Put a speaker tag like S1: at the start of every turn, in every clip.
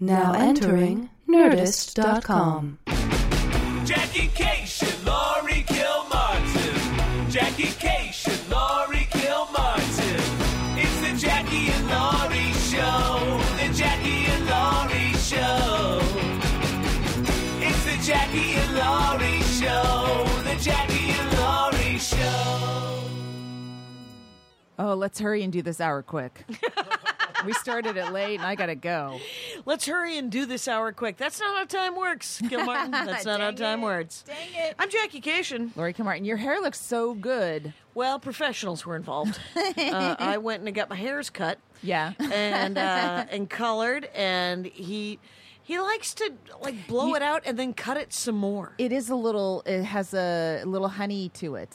S1: Now entering Nerdist.com.
S2: Jackie Cation, Laurie Kilmartin. Jackie Cation, Laurie Kilmartin. It's the Jackie and Laurie Show. The Jackie and Laurie Show. It's the Jackie and Laurie Show. The Jackie and Laurie Show.
S3: Oh, let's hurry and do this hour quick. we started it late and I got to go.
S4: Let's hurry and do this hour quick. That's not how time works, Gilmartin. That's not how time works. Dang it. I'm Jackie Cation.
S3: Lori Kilmartin, your hair looks so good.
S4: Well, professionals were involved. uh, I went and got my hairs cut
S3: Yeah.
S4: and uh, and colored, and he he likes to like blow it out and then cut it some more.
S3: It is a little, it has a little honey to it,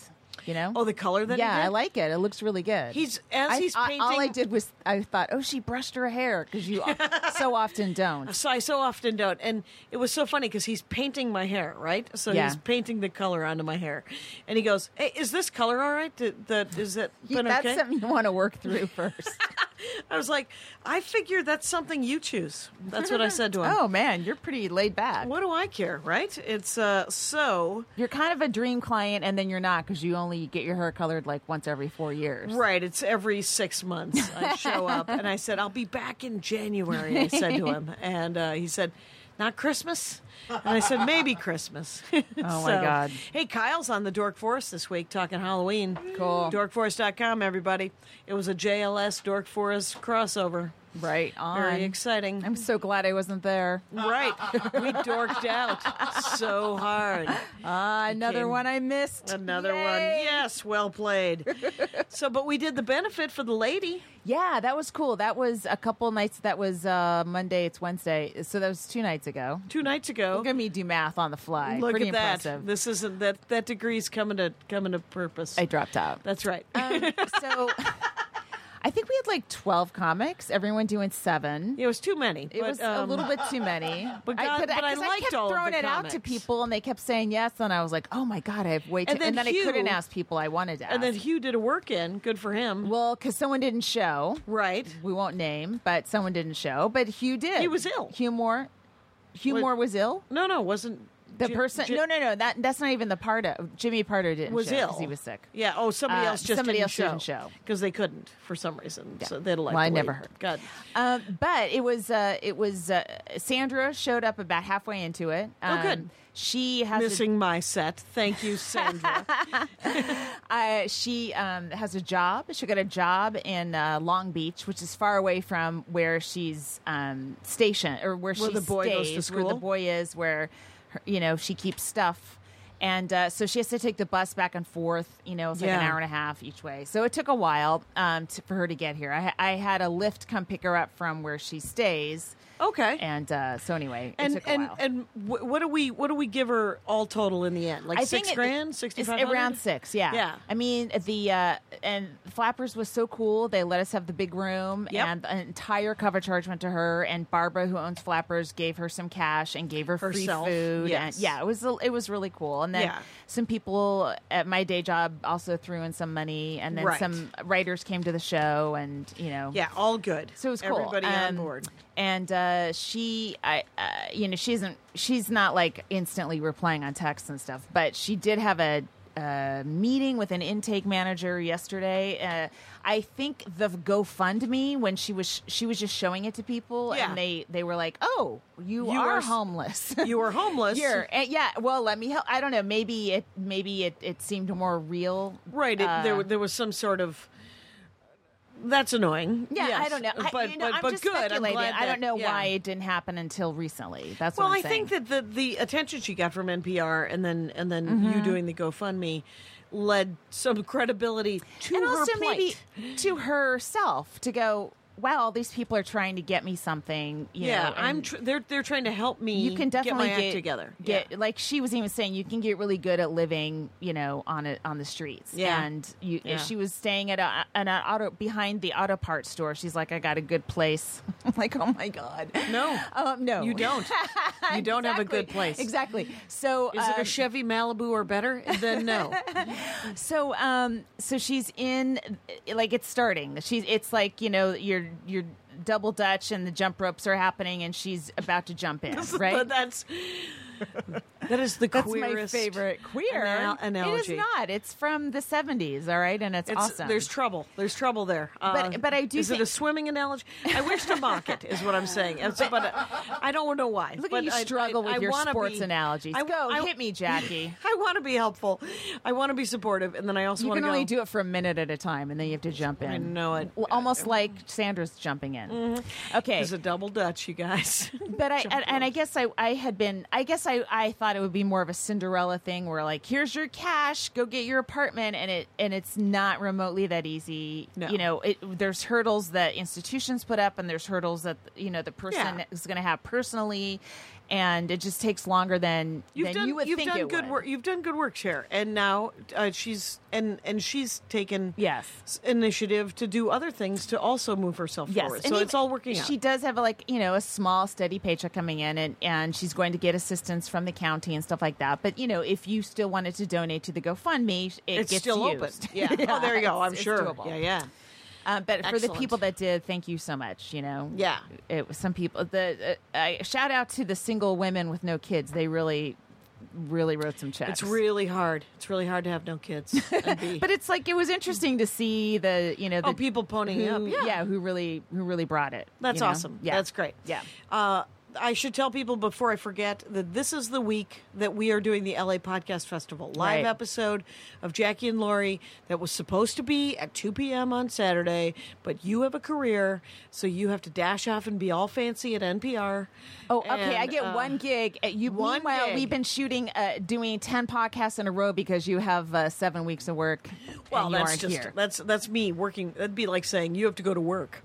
S3: you know?
S4: Oh, the color that he
S3: Yeah, I
S4: did?
S3: like it. It looks really good.
S4: He's- as
S3: I-
S4: he's
S3: I- all I
S4: painting-
S3: did was, I thought, oh, she brushed her hair because you so often don't.
S4: So I so often don't. And it was so funny because he's painting my hair, right? So
S3: Yeah.
S4: he's painting the color onto my hair, and he goes, "Hey, is this color all right? Did, that is that been
S3: That's
S4: okay?"
S3: something you want to work through first.
S4: I was like, I figure that's something you choose. That's what I said to him.
S3: oh, man, you're pretty laid back.
S4: What do I care, right? It's uh so
S3: You're kind of a dream client, and then you're not because you only get your hair colored like once every four years.
S4: right. It's every six months I show up, and I said I'll be back in January. I said to him, and uh, he said, "Not Christmas," and I said, "Maybe Christmas." oh
S3: my God.
S4: Hey, Kyle's on the Dork Forest this week talking Halloween.
S3: Cool.
S4: Dorkforest.com, everybody. It was a JLS Dork Forest crossover.
S3: Right on.
S4: Very exciting.
S3: I'm so glad I wasn't there.
S4: Right. We dorked out so hard.
S3: Uh,
S4: Ah,
S3: another
S4: came-
S3: one I missed.
S4: Another one.
S3: Yay!
S4: Yes, well played. so, but we did the benefit for the lady.
S3: Yeah, that was cool. That was a couple nights. That was uh, Monday. It's Wednesday. So that was two nights ago.
S4: two nights ago.
S3: Look at me do math on the fly.
S4: Look
S3: Pretty
S4: at that.
S3: impressive.
S4: This isn't that that degree's coming to coming to purpose.
S3: I dropped out.
S4: That's right.
S3: Um, so I think we had like 12 comics, everyone doing seven.
S4: it was too many.
S3: It
S4: but,
S3: was
S4: um,
S3: a little bit too many.
S4: but God- but I
S3: 'cause
S4: liked
S3: kept
S4: all of
S3: throwing
S4: the
S3: it out to
S4: comics.
S3: people, and they kept saying yes. And I was like, oh my god, I have way too.
S4: And
S3: And
S4: then
S3: then, I couldn't
S4: Hugh-
S3: ask people I wanted to. Ask.
S4: And then Hugh did a work in. Good for him.
S3: well, because someone didn't show,
S4: right.
S3: we won't name, but someone didn't show. But Hugh did.
S4: He was ill.
S3: Hugh Moore. Hugh
S4: Was-
S3: Moore was ill.
S4: No, no, wasn't
S3: The
S4: Ji-
S3: person.
S4: Ji-
S3: no, no, no. That that's not even the part of Jimmy Pardo didn't
S4: was
S3: show
S4: ill.
S3: 'cause he was sick.
S4: Yeah. Oh, somebody
S3: Uh,
S4: else just
S3: somebody
S4: didn't
S3: else
S4: show.
S3: didn't show.
S4: because they couldn't for some reason. So they had to like.
S3: Well, I
S4: wait.
S3: never heard.
S4: God.
S3: Um, but it was uh, it was uh, Sandra showed up about halfway into it. Um,
S4: Oh, good.
S3: She has a
S4: Missing my set. Thank you, Sandra.
S3: uh, she um, has a job. She got a job in uh, Long Beach, which is far away from where she's um, stationed or where,
S4: Where
S3: she
S4: the boy goes
S3: stays,
S4: to
S3: Where
S4: school?
S3: the boy is, where her, you know she keeps stuff, and uh, so she has to take the bus back and forth. You know, it's like an
S4: Yeah.
S3: hour and a half each way. So it took a while um, to, for her to get here. I, I had a lift come pick her up from where she stays,
S4: okay.
S3: and uh, so anyway, it
S4: and
S3: took a
S4: and
S3: while.
S4: and wh- what do we what do we give her all total in the end? Like
S3: I
S4: six
S3: think it-
S4: grand,
S3: it's
S4: sixty five
S3: around six. Yeah,
S4: Yeah.
S3: I mean the uh, and Flappers was so cool. They let us have the big room,
S4: Yep.
S3: and the entire cover charge went to her. And Barbara, who owns Flappers, gave her some cash and gave her
S4: Herself,
S3: free food.
S4: yes.
S3: And yeah, it was it was really cool. And then
S4: Yeah.
S3: some people at my day job also threw in some money, and then
S4: Right.
S3: some writers came to the show, and you know,
S4: Yeah, all good.
S3: so it was cool.
S4: Everybody on
S3: Um,
S4: board.
S3: And uh, she, I, uh, you know, she isn't. She's not like instantly replying on texts and stuff. But she did have a, uh meeting with an intake manager yesterday. Uh, I think the GoFundMe when she was she was just showing it to people,
S4: Yeah.
S3: and they they were like, "Oh, you,
S4: You
S3: are,
S4: are s-
S3: homeless."
S4: You were homeless.
S3: Here, and yeah. Well, let me help. I don't know. Maybe it. Maybe it. It seemed more real.
S4: Right. It, there,
S3: uh,
S4: wa- there was some sort of. That's annoying.
S3: Yeah,
S4: Yes.
S3: I don't know. I,
S4: But
S3: you know,
S4: but,
S3: I'm
S4: but
S3: just
S4: good. I'm
S3: speculating.
S4: glad
S3: I don't
S4: that-
S3: know
S4: yeah.
S3: why it didn't happen until recently. That's
S4: Well,
S3: what
S4: I
S3: I'm saying.
S4: think that the the attention she got from NPR and then and then
S3: Mm-hmm.
S4: you doing the GoFundMe led some credibility to
S3: and
S4: her
S3: also
S4: plight.
S3: maybe to herself to go. Wow, all these people are trying to get me something. You
S4: yeah,
S3: know,
S4: I'm.
S3: and
S4: Tr- they're they're trying to help me.
S3: you can definitely
S4: get my act together.
S3: Get
S4: yeah.
S3: like she was even saying, you can get really good at living, you know, on it on the streets.
S4: Yeah.
S3: and you,
S4: Yeah.
S3: she was staying at a, an auto behind the auto parts store. She's like, I got a good place. I'm like, oh my god,
S4: no,
S3: um, no,
S4: you don't. You don't have a
S3: Exactly.
S4: good place.
S3: Exactly. So
S4: Is it
S3: um,
S4: a Chevy Malibu or better? Then no.
S3: So um so she's in like it's starting. She's it's like, you know, you're you're double dutch and the jump ropes are happening and she's about to jump in, right?
S4: But that's that is the
S3: That's
S4: queerest
S3: my favorite queer
S4: anal-
S3: It
S4: analogy.
S3: is not. It's from the seventies, all right, and it's,
S4: It's,
S3: awesome.
S4: There's trouble. There's trouble there. Uh,
S3: But- but I do
S4: Is it a
S3: think-
S4: swimming analogy? I wish to mock it. Is what I'm saying. It's- but uh, I don't know why.
S3: Look
S4: but
S3: at you
S4: I-
S3: struggle
S4: I-
S3: with
S4: I
S3: your
S4: wanna
S3: sports
S4: be-
S3: analogies.
S4: I-
S3: Go
S4: I-
S3: hit me, Jackie.
S4: I want to be helpful. I want to be supportive, and then I also
S3: You
S4: want
S3: can
S4: to
S3: only
S4: go,
S3: do it for a minute at a time, and then you have to jump in.
S4: I know it.
S3: Well, Almost like Sandra's jumping in. Okay,
S4: It's a double dutch, you guys.
S3: but I and, and I guess I I had been I guess I I thought it would be more of a Cinderella thing where like here's your cash, go get your apartment, and it and it's not remotely that easy.
S4: No.
S3: You know, it, there's hurdles that institutions put up, and there's hurdles that you know the person
S4: Yeah.
S3: is going to have personally, and it just takes longer than
S4: You've
S3: than
S4: done
S3: you would
S4: you've
S3: think
S4: done
S3: it
S4: good
S3: would.
S4: work. You've done good work, Cher, and now uh, she's and and she's taken
S3: Yes.
S4: s- initiative to do other things to also move herself
S3: Yes,
S4: forward.
S3: and
S4: so
S3: even-
S4: it's all working out.
S3: She does have like you know a small steady paycheck coming in, and and she's going to get assistance from the county and stuff like that. But you know, if you still wanted to donate to the GoFundMe, it
S4: it's
S3: gets
S4: still
S3: used.
S4: open. Yeah. Oh, there you go.
S3: it's-
S4: I'm
S3: it's
S4: sure.
S3: doable.
S4: Yeah, yeah.
S3: Um, but for the
S4: Excellent.
S3: people that did, thank you so much. You know,
S4: Yeah.
S3: it was some people. The uh, I, shout out to the single women with no kids. They really, really wrote some checks.
S4: It's really hard. It's really hard to have no kids. And be,
S3: but it's like it was interesting to see the you know the
S4: oh, people ponying
S3: who,
S4: up. Yeah.
S3: who really who really brought it.
S4: That's
S3: you know?
S4: awesome.
S3: Yeah,
S4: That's great.
S3: Yeah.
S4: Uh, I should tell people before I forget that this is the week that we are doing the LA Podcast Festival live
S3: Right.
S4: episode of Jackie and Laurie that was supposed to be at 2 p.m. on Saturday, but you have a career, so you have to dash off and be all fancy at NPR.
S3: Oh, okay. I
S4: And,
S3: get
S4: uh,
S3: one gig. Uh, You
S4: one
S3: meanwhile,
S4: gig.
S3: we've been shooting, uh, doing ten podcasts in a row because you have uh, seven weeks of work.
S4: Well,
S3: and you
S4: that's
S3: aren't
S4: just
S3: here.
S4: that's that's me working. That'd be like saying you have to go to work,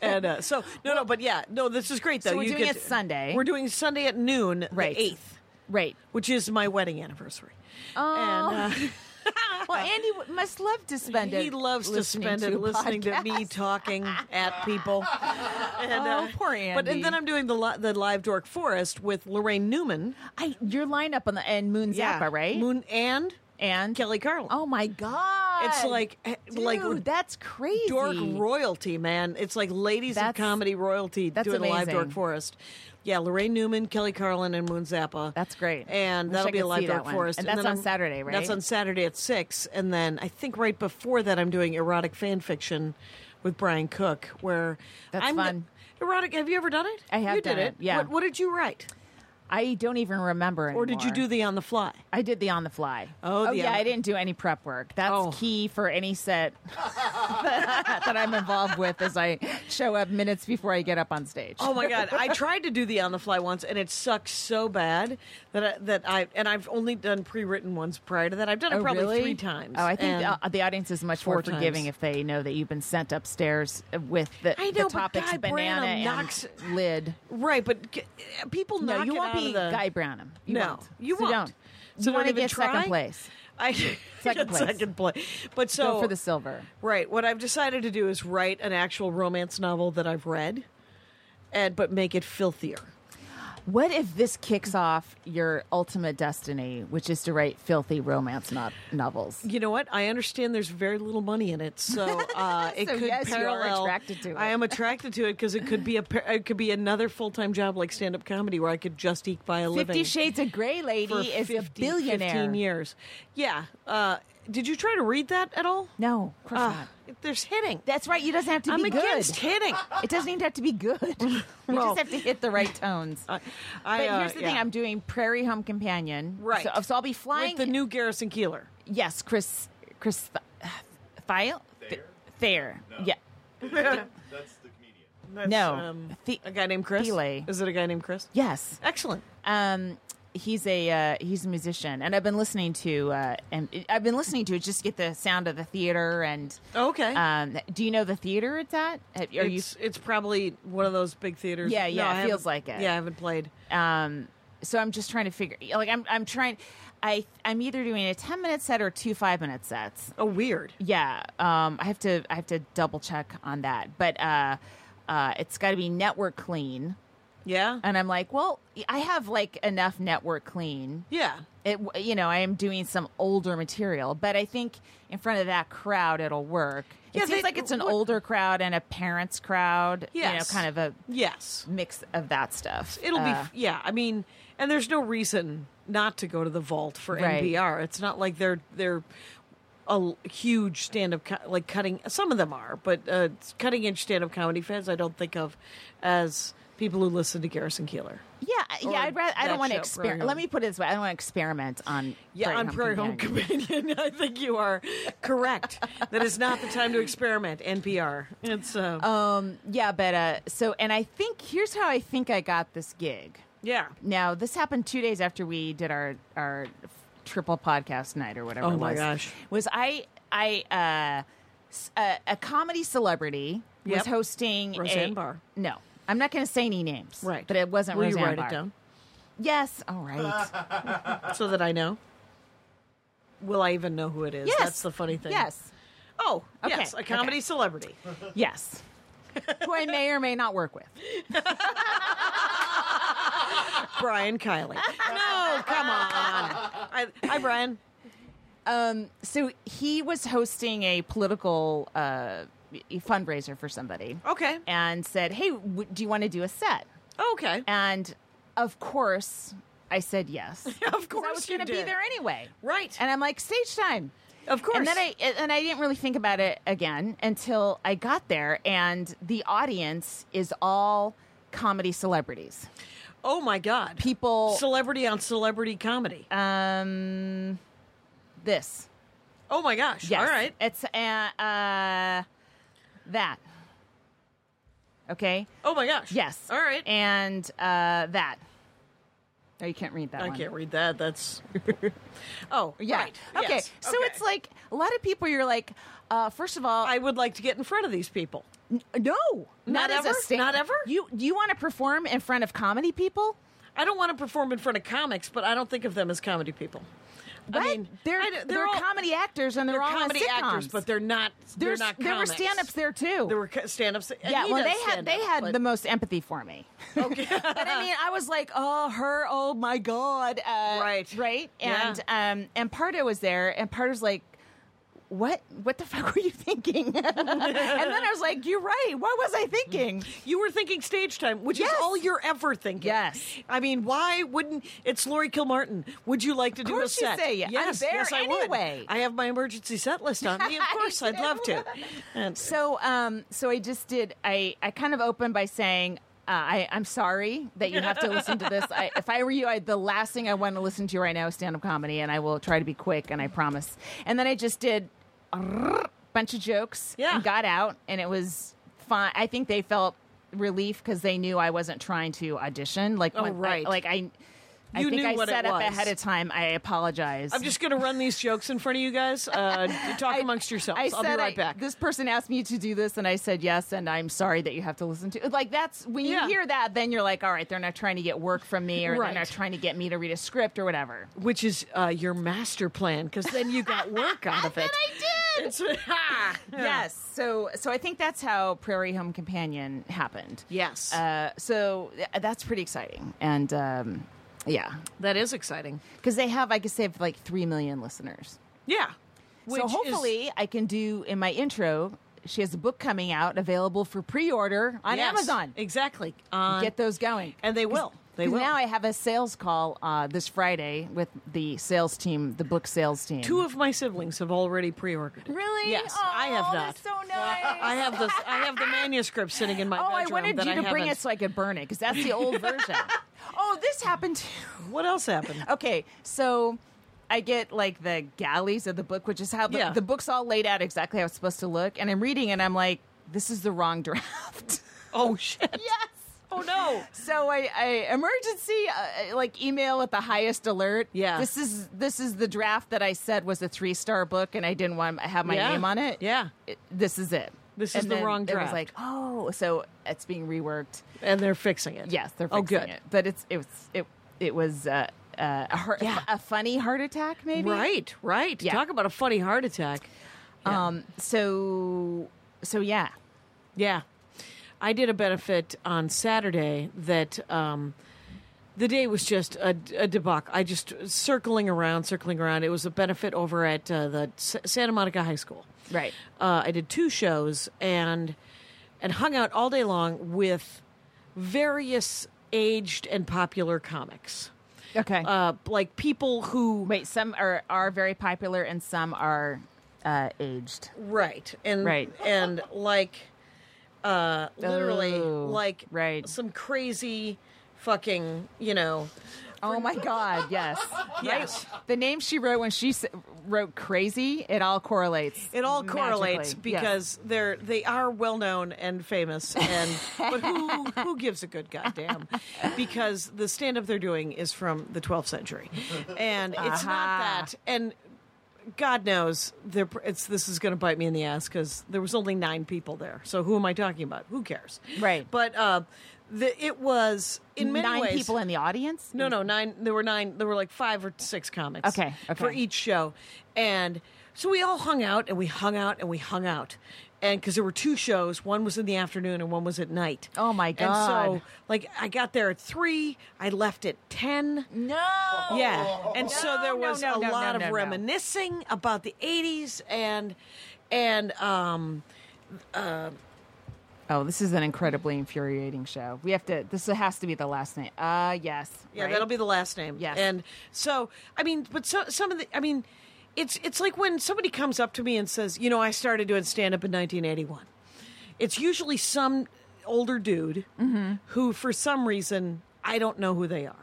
S4: and uh, so no, no, but yeah, no, this is great though.
S3: So we're
S4: You
S3: doing
S4: get
S3: it Sunday.
S4: We're doing Sunday at noon,
S3: Right.
S4: the eighth,
S3: right.
S4: which is my wedding anniversary.
S3: Oh.
S4: And, uh,
S3: Well, Andy w- must love to spend it.
S4: he loves to
S3: listening
S4: spend
S3: to
S4: it
S3: a
S4: listening to me
S3: podcast.
S4: talking at people. And,
S3: Oh,
S4: uh,
S3: poor
S4: But and
S3: Andy.
S4: then I'm doing the li- the live Dork Forest with Lorraine Newman.
S3: I, your lineup on the and Moon Zappa, right?
S4: Moon and
S3: and
S4: Kelly Carlin.
S3: Oh my god!
S4: It's like- eh, like
S3: Dude, that's crazy.
S4: Dork royalty, man. It's like ladies
S3: That's-
S4: of comedy royalty
S3: that's
S4: doing a live
S3: amazing.
S4: Dork Forest. Yeah, Lorraine Newman, Kelly Carlin, and Moon Zappa.
S3: That's great.
S4: And
S3: Wish I
S4: that'll be a
S3: could
S4: live
S3: see that
S4: Dork
S3: one.
S4: Forest.
S3: And that's
S4: then
S3: on Saturday, right?
S4: That's on Saturday at six. And then I think right before that, I'm doing erotic fan fiction with Brian Cook, where
S3: That's
S4: I'm
S3: fun.
S4: Erotic? Have you ever done it?
S3: I have
S4: You did
S3: done it, yeah.
S4: What, what did you write,
S3: I don't even remember.
S4: or did you
S3: anymore.
S4: do the on the fly?
S3: I did the on the fly.
S4: Oh, the
S3: yeah,
S4: on-
S3: I didn't do any prep work. That's
S4: Oh.
S3: key for any set that I'm involved with as I show up minutes before I get up on stage.
S4: Oh my god, I tried to do the on the fly once, and it sucks so bad that I, that I and I've only done pre written ones prior to that. I've done it
S3: Oh,
S4: probably
S3: really?
S4: three times.
S3: Oh, I think
S4: and-
S3: uh, the audience is much more
S4: Four
S3: forgiving
S4: times.
S3: if they know that you've been sent upstairs with the,
S4: I
S3: the
S4: know, but
S3: topics
S4: Guy
S3: banana
S4: Branum
S3: and
S4: knocks-
S3: lid.
S4: right, but g- people
S3: No,
S4: knock
S3: you
S4: it
S3: won't
S4: out of
S3: be
S4: the-
S3: Guy Branum. You
S4: no,
S3: won't.
S4: you
S3: So
S4: won't.
S3: don't.
S4: So
S3: you
S4: don't
S3: want to
S4: even
S3: get second
S4: try?
S3: place.
S4: I
S3: Second place.
S4: second place. But so
S3: Go for the silver.
S4: Right. What I've decided to do is write an actual romance novel that I've read, and but make it filthier.
S3: What if this kicks off your ultimate destiny, which is to write filthy romance no- novels?
S4: You know what? I understand there's very little money in it, so uh, it
S3: So
S4: could
S3: yes, you are
S4: parallel.
S3: attracted to
S4: I
S3: it.
S4: am attracted to it because it could be a par- it could be another full time job like stand up comedy where I could just eke by a living.
S3: Fifty Shades of Grey lady
S4: for
S3: is a
S4: 50,
S3: billionaire.
S4: 15 years. Yeah. Uh, did you try to read that at all?
S3: No, of course
S4: Ah,
S3: not.
S4: there's hitting.
S3: That's right. You doesn't have to
S4: I'm
S3: be
S4: against
S3: good.
S4: hitting.
S3: It doesn't even have to be good. you
S4: Well-
S3: just have to hit the right tones.
S4: I,
S3: but
S4: I, uh,
S3: here's the thing:
S4: yeah.
S3: I'm doing Prairie Home Companion.
S4: Right.
S3: So, so I'll be flying.
S4: with the new Garrison Keeler.
S3: yes, Chris. Chris. Th- Thiel? Th- Thayer. Yeah.
S5: That's the comedian.
S4: That's,
S3: No.
S4: um,
S3: The-
S4: a guy named Chris.
S3: Thiele.
S4: Is it a guy named Chris?
S3: Yes.
S4: Excellent.
S3: um he's a uh, he's a musician and i've been listening to uh and i've been listening to it just to get the sound of the theater and
S4: Okay.
S3: um do you know the theater it's at Have- are
S4: it's, it's probably one of those big theaters.
S3: Yeah, yeah,
S4: I
S3: it
S4: haven't-
S3: feels like it.
S4: Yeah, I haven't played.
S3: you um so i'm just trying to figure like i'm i'm trying i i'm either doing a 10 minute set or two 5 minute sets
S4: Oh, weird.
S3: yeah um i have to i have to double check on that but uh uh it's got to be network clean
S4: Yeah.
S2: And I'm like, well, I have like enough network clean.
S4: Yeah.
S2: It, you know, I am doing some older material, but I think in front of that crowd, it'll work.
S4: Yeah,
S2: it seems
S4: they-
S2: like it's an
S4: what-
S2: older crowd and a parents crowd. You know,
S4: Yes.
S2: kind of a
S4: Yes.
S2: mix of that stuff.
S4: It'll be
S2: Uh,
S4: be yeah. I mean, and there's no reason not to go to the vault for
S2: Right.
S4: NPR. It's not like they're they're a l- huge stand up co- like cutting. Some of them are, but uh, cutting edge stand up comedy fans, I don't think of as people who listen to Garrison Keeler.
S2: Yeah,
S4: Or
S2: yeah. I'd rather. I
S4: that
S2: don't want to
S4: show, Prairie
S2: experiment.
S4: Home.
S2: Let me put it this way: I don't want to experiment on.
S4: Yeah, on Prairie Home
S2: Companion.
S4: Companion, I think you are correct. that is not the time to experiment. NPR. It's uh,
S2: Um. Yeah, but uh. So, and I think here's how I think I got this gig.
S4: yeah.
S2: Now, this happened two days after we did our our triple podcast night or whatever.
S4: Oh
S2: it
S4: my
S2: was.
S4: gosh.
S2: Was I I uh s- a, a comedy celebrity was
S4: Yep.
S2: hosting a-
S4: Roseanne Barr.
S2: No, I'm not going to say any names.
S4: Right.
S2: But it wasn't
S4: Will you
S2: Roseanne
S4: write
S2: Barr.
S4: it down Uh,
S2: Yes. All right.
S4: so that I know? Will I even know who it is?
S2: yes.
S4: That's the funny thing.
S2: Yes.
S4: Oh,
S2: Okay,
S4: yes, a comedy
S2: okay.
S4: celebrity.
S2: Yes. Who I may or may not work with.
S4: Brian Kiley. No, come on. I, hi, Brian.
S2: So he was hosting a political uh, fundraiser for somebody
S4: Okay.
S2: and said, Hey, w- do you want to do a set?
S4: Okay.
S2: And of course, I said yes.
S4: Of
S2: 'Cause I
S4: course
S2: was
S4: you
S2: gonna be
S4: did.
S2: there anyway.
S4: Right.
S2: And I'm like, stage time.
S4: Of course.
S2: And then I and I didn't really think about it again until I got there and the audience is all comedy celebrities.
S4: oh my God.
S2: People Uh,
S4: Celebrity on celebrity comedy.
S2: um this.
S4: oh my gosh.
S2: Yes.
S4: All right.
S2: It's uh, uh that. Okay.
S4: Oh my gosh.
S2: Yes.
S4: All right.
S2: And uh that. Oh, you can't read that.
S4: I
S2: one.
S4: can't read that. That's. oh,
S2: Yeah.
S4: right.
S2: Okay.
S4: Yes.
S2: So it's like a lot of people. You're like, uh, first of all,
S4: I would like to get in front of these people.
S2: no,
S4: Not
S2: as a
S4: ever?
S2: stand-
S4: Not ever?
S2: You do you want to perform in front of comedy people?
S4: I don't want to perform in front of comics, but I don't think of them as comedy people.
S2: What?
S4: I mean,
S2: they're
S4: I-
S2: they're,
S4: all-
S2: comedy actors and they're,
S4: They're
S2: all on
S4: comedy actors,
S2: sitcoms.
S4: but they're not.
S2: There's-
S4: they're not.
S2: there were
S4: comics.
S2: stand-ups there too.
S4: There were co- stand-ups. uh, and
S2: yeah,
S4: he
S2: well,
S4: does
S2: they had
S4: stand-up,
S2: they had
S4: but-
S2: the most empathy for me. Okay, but I mean, I was like, oh, her, oh my god, uh,
S4: Right.
S2: right,
S4: Yeah.
S2: and um, and Pardo was there, and Pardo's like. What what the fuck were you thinking? and then I was like, "You're right. What was I thinking?"
S4: You were thinking stage time, which
S2: Yes.
S4: is all you're ever thinking.
S2: Yes.
S4: I mean, why wouldn't it's Lori Kilmartin? Would you like to do a
S2: course you
S4: set?
S2: say yes. I'm
S4: yes,
S2: there
S4: yes, I
S2: anyway.
S4: would. I have my emergency set list on me. Of course, I'd love to. And
S2: So, um, so I just did. I, I kind of opened by saying, uh, I, I'm sorry that you have to listen to this. I, if I were you, I, the last thing I want to listen to right now is stand up comedy, and I will try to be quick, and I promise. And then I just did a bunch of jokes
S4: Yeah.
S2: and got out, and it was fine. I think they felt relief because they knew I wasn't trying to audition. Like,
S4: Oh,
S2: when, I-
S4: right.
S2: like I. I
S4: You
S2: think
S4: knew
S2: I
S4: what it
S2: set up
S4: was.
S2: ahead of time. I apologize.
S4: I'm just going to run these jokes in front of you guys. Uh, talk amongst yourselves.
S2: I
S4: will be
S2: said
S4: right
S2: I-
S4: back.
S2: This person asked me to do this, and I said yes, and I'm sorry that you have to listen to. Like that's when you
S4: Yeah.
S2: hear that, then you're like, all right, they're not trying to get work from me, or
S4: Right.
S2: they're not trying to get me to read a script or whatever.
S4: which is uh, your master plan, because then you got work out of it.
S2: I
S4: It's, ha!
S2: Yes, so so I think that's how Prairie Home Companion happened.
S4: Yes.
S2: Uh, so uh, that's pretty exciting, and um, yeah,
S4: that is exciting.
S2: because they have, I guess, they have like three million listeners.
S4: Yeah. Which
S2: so
S4: is-
S2: hopefully I can do in my intro. She has a book coming out available for pre-order on
S4: Yes,
S2: Amazon.
S4: Exactly. On-
S2: Get those going.
S4: and they will. They
S2: 'Cause
S4: will.
S2: Now I have a sales call uh, this Friday with the sales team, the book sales team.
S4: Two of my siblings have already pre-ordered. it.
S2: really?
S4: Yes, I have
S2: Oh,
S4: not.
S2: That's so nice.
S4: I have the I have the manuscript sitting in my
S2: oh, I
S4: bedroom.
S2: wanted
S4: that
S2: you to bring
S4: haven't-
S2: it so I could burn it because that's the old version. oh, this happened too.
S4: What else happened?
S2: Okay, so I get like the galleys of the book, which is how the,
S4: Yeah.
S2: the book's all laid out exactly how it's supposed to look, and I'm reading it. and I'm like, this is the wrong draft.
S4: Oh shit!
S2: yes.
S4: Oh no!
S2: So I, I emergency uh, like email with the highest alert.
S4: Yeah.
S2: this is this is the draft that I said was a three star book, and I didn't want to have my
S4: Yeah.
S2: name on it.
S4: Yeah.
S2: It- this is it.
S4: This is
S2: And
S4: the
S2: then
S4: wrong
S2: It was
S4: draft.
S2: like, oh, so it's being reworked.
S4: And they're fixing it.
S2: Yes, they're
S4: oh
S2: fixing
S4: good.
S2: it, but it's it was it it was uh, uh, a, heart,
S4: Yeah.
S2: a funny heart attack, maybe.
S4: Right, right.
S2: Yeah.
S4: Talk about a funny heart attack.
S2: Um. So so yeah.
S4: Yeah. I did a benefit on Saturday that um, the day was just a, a debacle. I just circling around, circling around. It was a benefit over at uh, the S- Santa Monica High School.
S3: Right.
S4: Uh, I did two shows and and hung out all day long with various aged and popular comics,
S3: Okay.
S4: uh, like people who
S3: Wait, some are are very popular and some are uh, aged.
S4: Right. And
S3: Right.
S4: and like uh literally
S3: Oh,
S4: like
S3: right.
S4: some crazy fucking, you know,
S3: Oh my God! Yes.
S4: yes.
S3: The name she wrote when she s- wrote "crazy," it all correlates.
S4: It all correlates
S3: magically. Yes.
S4: because they're they are well known and famous and but who who gives a good goddamn? Because the stand up they're doing is from the 12th century. And it's not
S3: Aha.
S4: that and God knows they're, it's this is going to bite me in the ass because there was only nine people there. So who am I talking about? Who cares?
S3: Right.
S4: But uh, the, it was in many
S3: nine
S4: ways.
S3: people in the audience.
S4: No, no, nine. There were nine. There were like five or six comics.
S3: Okay, okay.
S4: For each show, and so we all hung out and we hung out and we hung out, and because there were two shows, one was in the afternoon and one was at night.
S3: Oh, my
S4: And
S3: God.
S4: so, like, I got there at three. I left at ten.
S3: No.
S4: Yeah. And
S3: No,
S4: so there
S3: no,
S4: was
S3: no,
S4: a
S3: no, no,
S4: lot
S3: no,
S4: of
S3: no.
S4: reminiscing about the 80s and and um
S3: Oh, this is an incredibly infuriating show. We have to. This has to be the last name.
S2: Ah,
S3: Uh, yes.
S4: yeah,
S3: right?
S4: that'll be the last name.
S3: Yes.
S4: And so I mean, but so some of the I mean, it's it's like when somebody comes up to me and says, "You know, I started doing stand up in 1981." It's usually some older dude
S3: Mm-hmm.
S4: who for some reason I don't know who they are.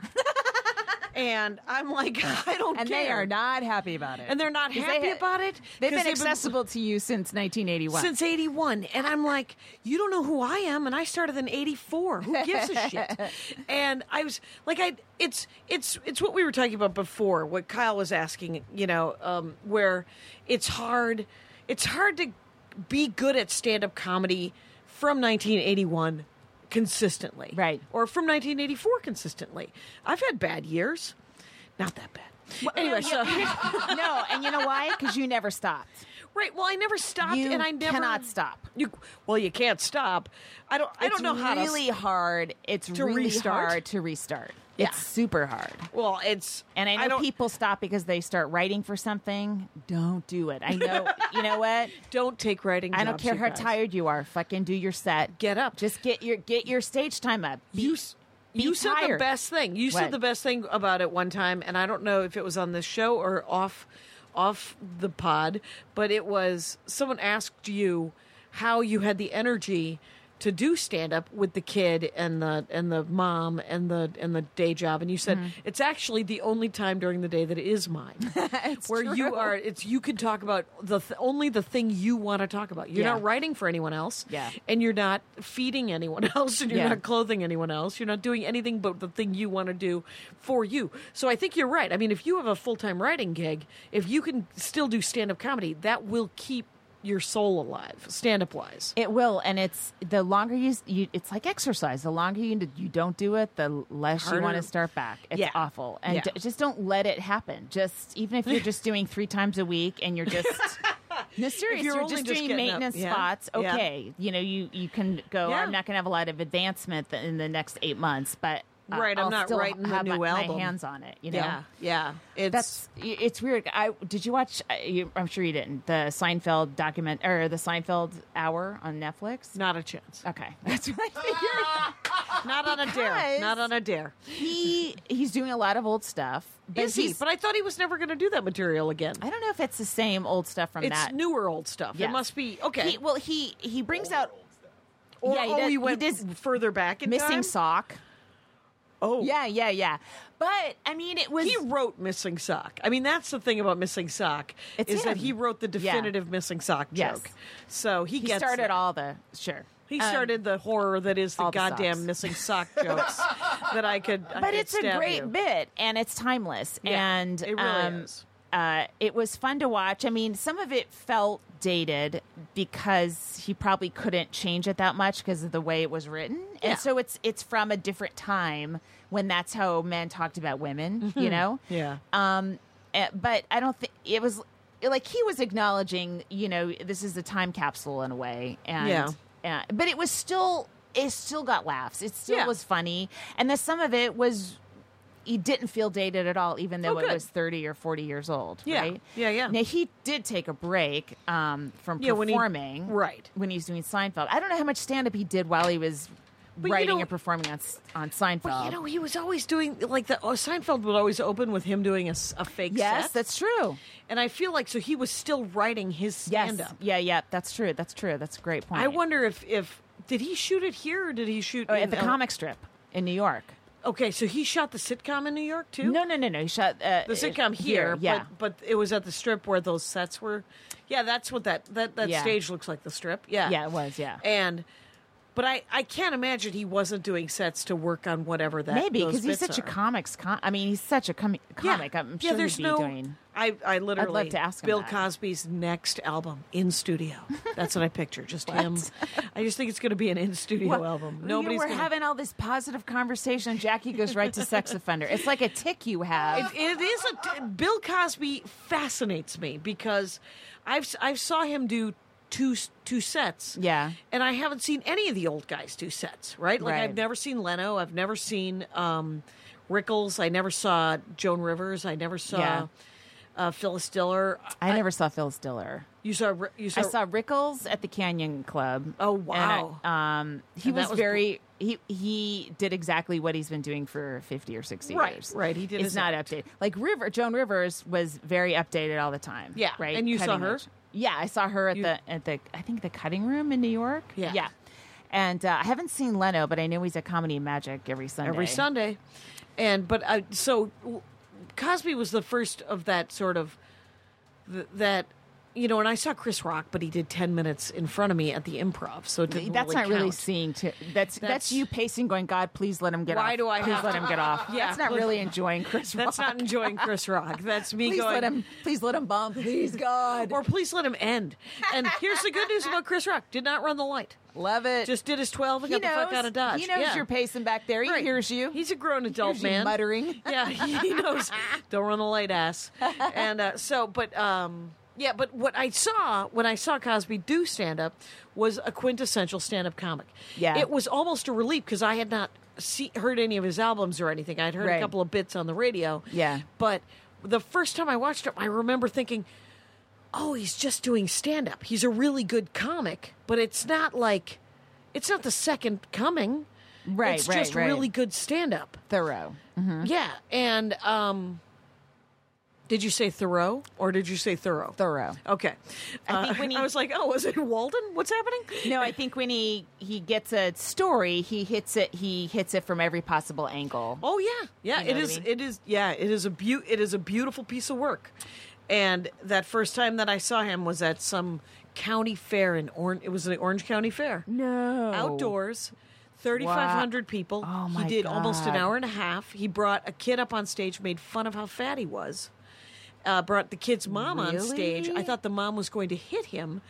S4: and I'm like, I don't
S3: And
S4: care.
S3: they are not happy about it.
S4: and they're not
S3: 'Cause
S4: happy
S3: ha-
S4: about it.
S3: They've
S4: 'cause
S3: been accessible to you since 1981.
S4: since 81 and i'm like you don't know who i am and i started in 84 who gives a shit and i was like i it's it's it's what we were talking about before what kyle was asking you know um, where it's hard it's hard to be good at stand-up comedy from 1981 consistently
S3: Right.
S4: or from 1984 consistently i've had bad years not that bad anyway so
S3: no, and you know why? Because you never stopped.
S4: Right. Well, I never stopped,
S3: You
S4: and I never
S3: cannot stop.
S4: You well, you can't stop. I don't. I don't know how
S3: It's really
S4: to.
S3: hard. It's really
S4: restart?
S3: hard to restart.
S4: Yeah.
S3: It's super hard.
S4: Well, it's
S3: And I know
S4: don't-
S3: people stop because they start writing for something. Don't do it. I know. you know what?
S4: don't take writing.
S3: I don't
S4: jobs,
S3: care
S4: you
S3: how
S4: guys.
S3: tired you are. Fucking do your set.
S4: Get up.
S3: Just get your get your stage time up. Be-
S4: You. s-
S3: be
S4: You said the
S3: tired.
S4: best thing. You
S3: What?
S4: said the best thing about it one time, and I don't know if it was on this show or off, off the pod, but it was someone asked you how you had the energy to do stand up with the kid and the and the mom and the and the day job, and you said
S3: Mm-hmm.
S4: it's actually the only time during the day that it is mine. where you are it's you can talk about the th- only the thing you want to talk about you're
S3: Yeah.
S4: not writing for anyone else
S3: Yeah.
S4: and you're not feeding anyone else and you're
S3: Yeah.
S4: not clothing anyone else you're not doing anything but the thing you want to do for you so i think you're right i mean if you have a full-time writing gig if you can still do stand-up comedy that will keep your soul alive stand-up wise
S3: It will, and it's the longer you, you it's like exercise. The longer you you don't do it, the less you want
S4: Harder.
S3: to start back. It's
S4: Yeah.
S3: awful, and
S4: Yeah.
S3: d- just don't let it happen. Just even if you're just doing three times a week, and you're just no serious,
S4: If you're
S3: you're,
S4: only
S3: just
S4: just
S3: doing
S4: getting up,
S3: maintenance
S4: yeah,
S3: spots.
S4: yeah.
S3: Okay, you know you you can go.
S4: Yeah.
S3: I'm not going to have a lot of advancement th- in the next eight months, but uh,
S4: Right, I'm
S3: I'll
S4: not
S3: still
S4: writing the
S3: have
S4: new
S3: my,
S4: album.
S3: my hands on it. You know,
S4: yeah yeah it's
S3: that's y- it's weird. I did you watch? I- you- I'm sure you didn't. The Seinfeld document or the Seinfeld hour on Netflix.
S4: not a chance
S3: Okay, that's what I figured.
S4: not on a dare
S3: Because-
S4: not on a dare
S3: he he's doing a lot of old stuff. But
S4: is he
S3: he's-
S4: but i thought he was never going to do that material again
S3: I don't know if it's the same old stuff from
S4: it's
S3: that.
S4: newer old stuff.
S3: Yes.
S4: It must be okay.
S3: He, well, he he brings out
S4: Or
S3: Yeah, he
S4: oh,
S3: does-
S4: he
S3: he
S4: went
S3: does-
S4: further back in
S3: missing
S4: time?
S3: sock.
S4: Oh,
S3: Yeah, yeah, yeah. But I mean, it was
S4: He wrote "Missing Sock." I mean, that's the thing about "Missing Sock"
S3: It's
S4: is that
S3: him.
S4: he wrote the
S3: Yeah.
S4: definitive "Missing Sock"
S3: Yes.
S4: joke. So he,
S3: he
S4: gets
S3: started
S4: it.
S3: all the sure.
S4: He
S3: Um,
S4: started the horror that is the
S3: all the
S4: goddamn
S3: socks.
S4: missing sock jokes that I could. I
S3: but
S4: could
S3: it's a
S4: stab
S3: great
S4: you.
S3: bit and it's timeless
S4: Yeah,
S3: and
S4: it really
S3: um,
S4: is.
S3: Uh, it was fun to watch i mean some of it felt dated because he probably couldn't change it that much because of the way it was written
S4: Yeah.
S3: and so it's it's from a different time when that's how men talked about women you know
S4: Mm-hmm. Yeah.
S3: um, eh, but I don't think it was like he was acknowledging, you know, this is a time capsule in a way, and
S4: Yeah.
S3: uh, but it was still it still got laughs. It still
S4: Yeah.
S3: was funny, and the some of it was. It didn't feel dated at all, even though
S4: Oh,
S3: it
S4: good.
S3: was thirty or forty years old.
S4: Yeah.
S3: right?
S4: Yeah, yeah.
S3: Now he did take a break um, from
S4: Yeah, when he-
S3: performing,
S4: right.
S3: When he was doing Seinfeld, I don't know how much stand up he did while he was
S4: you
S3: writing
S4: know-
S3: and performing on S- on Seinfeld.
S4: But you know, he was always doing like the oh, Seinfeld would always open with him doing a, s- a fake
S3: yes,
S4: set.
S3: that's true.
S4: and I feel like so he was still writing his
S3: Yes,
S4: stand up.
S3: yeah, yeah, that's true. That's true. That's a great point.
S4: I wonder if if did he shoot it here or did he shoot
S3: Oh,
S4: in
S3: at the
S4: L-
S3: comic strip in New York.
S4: Okay, so he shot the sitcom in New York too.
S3: No, no, no, no. He shot uh,
S4: the sitcom here,
S3: yeah,
S4: but, but it was at the strip where those sets were. Yeah, that's what that that that
S3: Yeah.
S4: stage looks like. The strip. Yeah,
S3: yeah, it was. Yeah,
S4: and. But I, I can't imagine he wasn't doing sets to work on whatever that
S3: maybe
S4: those
S3: because he's
S4: bits
S3: such a
S4: are.
S3: comics. Com- I mean, he's such a comi- comic. I'm sure
S4: yeah, there's
S3: he'd be
S4: no.
S3: doing.
S4: I I literally
S3: to ask him
S4: Bill
S3: that.
S4: Cosby's next album in studio. That's what I picture. Just him. I just think it's going to be an in studio
S3: Well,
S4: album.
S3: you know,
S4: Nobody's
S3: we're
S4: gonna-
S3: having all this positive conversation. Jackie goes right to sex offender. It's like a tick you have.
S4: It, it is a t- Bill Cosby fascinates me because I've s- I've saw him do two s- two sets.
S3: Yeah.
S4: and I haven't seen any of the old guys do sets. Right, like
S3: Right.
S4: I've never seen Leno. I've never seen um, Rickles. I never saw Joan Rivers. I never saw
S3: Yeah.
S4: uh, Phyllis Diller.
S3: I never saw Phil Stiller.
S4: You saw Ri- you saw.
S3: I saw Rickles at the Canyon Club.
S4: Oh,
S3: And
S4: wow.
S3: I- um, he
S4: And that
S3: was,
S4: was-
S3: very he he did exactly what he's been doing for fifty or sixty
S4: Right,
S3: years.
S4: right, he did
S3: It's
S4: his
S3: not
S4: act.
S3: updated. Like River Joan Rivers was very updated all the time.
S4: Yeah,
S3: right.
S4: and you saw her?
S3: Yeah, I saw her at
S4: You-
S3: the at the I think the Cutting Room in New York.
S4: Yeah.
S3: yeah. And uh, I haven't seen Leno, but I know he's at Comedy and Magic every Sunday.
S4: every Sunday. And but I so w- Cosby was the first of that sort of th- that you know, and I saw Chris Rock, but he did ten minutes in front of me at the improv, so it didn't
S3: That's
S4: really
S3: not really
S4: count.
S3: seeing. To, that's, that's
S4: That's-
S3: you pacing, going, God, please let him get off.
S4: Why do I
S3: Please
S4: have
S3: let
S4: to-
S3: him get off.
S4: Yeah.
S3: That's not really enjoying Chris
S4: That's
S3: Rock.
S4: not enjoying Chris Rock. That's me
S3: please
S4: going.
S3: let him please let him bump please god
S4: Or please let him end. And here's the good news about Chris Rock: did not run the light.
S3: love it
S4: Just did his twelve and
S3: he
S4: got the
S3: knows
S4: fuck out of dodge.
S3: he knows
S4: Yeah.
S3: you're pacing back there he
S4: Right.
S3: hears you
S4: He's a grown adult
S3: hears you
S4: man.
S3: muttering.
S4: Yeah, he knows. Don't run the light, ass. And uh, so, but um, yeah, but what I saw when I saw Cosby do stand up was a quintessential stand up comic.
S3: Yeah.
S4: it was almost a relief because I had not see, heard any of his albums or anything. I'd heard
S3: Right.
S4: a couple of bits on the radio.
S3: Yeah.
S4: but the first time I watched him, I remember thinking. Oh, he's just doing stand up. He's a really good comic, but it's not like it's not the second coming.
S3: Right,
S4: It's
S3: right,
S4: just
S3: right. Mm-hmm.
S4: really good stand up.
S3: thorough
S4: Yeah. And um did you say Thoreau or did you say thorough?
S3: thorough
S4: Okay. I
S3: think when he-
S4: I was like, "Oh, was it Walden? What's happening?"
S3: no i think when he he gets a story he hits it he hits it from every possible angle
S4: Oh yeah. Yeah,
S3: You know
S4: it
S3: what I
S4: is
S3: mean?
S4: it is yeah, it is a beau- it is a beautiful piece of work. And that first time that I saw him was at some county fair in Orange it was the Orange County Fair.
S3: no
S4: outdoors. 3,500 people.
S3: Oh,
S4: he
S3: my
S4: did almost an
S3: God.
S4: hour and a half. He brought a kid up on stage, made fun of how fat he was. Uh, brought the kid's mom on stage. I
S3: Really?
S4: thought the mom was going to hit him.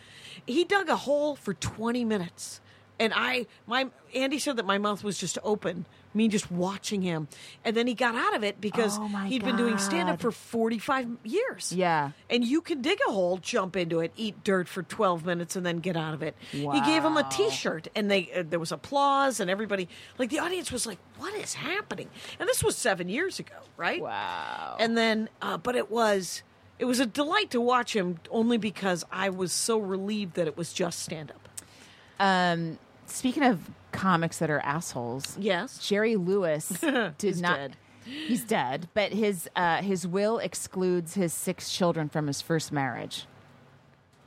S4: He dug a hole for 20 minutes. And I, my Andy said that my mouth was just open, me just watching him. And then he got out of it because
S3: Oh, my
S4: he'd been doing stand up
S3: God.
S4: for 45 years.
S3: Yeah.
S4: And you can dig a hole, jump into it, eat dirt for 12 minutes, and then get out of it. He gave him a
S3: Wow.
S4: T-shirt, and they uh, there was applause, and everybody like the audience was like, "What is happening?" And this was seven years ago, right?
S3: wow
S4: And then, uh, but it was it was a delight to watch him, only because I was so relieved that it was just stand up.
S3: um speaking of comics that are assholes
S4: Yes.
S3: jerry lewis did not
S4: dead.
S3: he's dead but his uh his will excludes his six children from his first marriage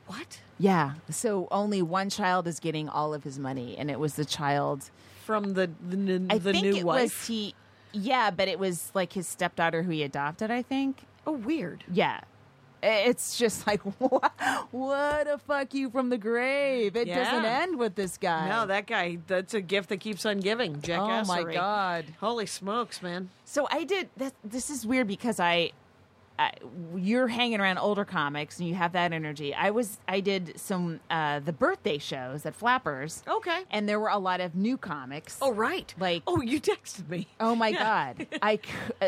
S4: What
S3: Yeah. So only one child is getting all of his money, and it was the child.
S4: from the the, n-
S3: I
S4: the
S3: think
S4: new
S3: it was
S4: wife?
S3: he. Yeah, Uh, but it was like his stepdaughter who he adopted. I think.
S4: oh, weird.
S3: Yeah. I- It's just like what, what a fuck you from the grave. It doesn't
S4: Yeah.
S3: end with this guy.
S4: No, that guy. That's a gift that keeps on giving. Jack
S3: Oh, my
S4: Assery.
S3: God.
S4: Holy smokes, man!
S3: So I did. That, this is weird because I, I, you're hanging around older comics and you have that energy. I was. I did some uh, the birthday shows at Flappers.
S4: Okay.
S3: And there were a lot of new comics.
S4: Oh, right.
S3: Like-
S4: oh, you texted me.
S3: Oh my
S4: Yeah.
S3: god! I c- uh,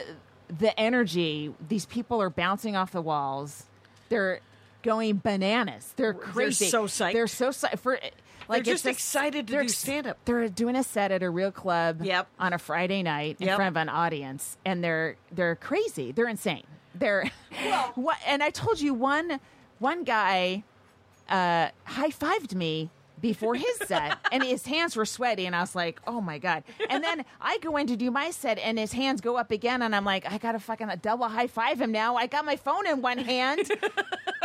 S3: the energy. These people are bouncing off the walls. They're going bananas. They're crazy.
S4: so psyched.
S3: They're so psyched for. Like
S4: They're
S3: it's
S4: just excited to
S3: they're
S4: do stand-up.
S3: They're doing a set at a real club
S4: Yep.
S3: on a Friday night in
S4: Yep.
S3: front of an audience, and they're they're crazy. They're insane. They're what? And I told you one one guy uh, high fived me before his set, and his hands were sweaty, and I was like, "Oh my god!" And then I go in to do my set, and his hands go up again, and I'm like, "I gotta fucking double high five him now." I got my phone in one hand.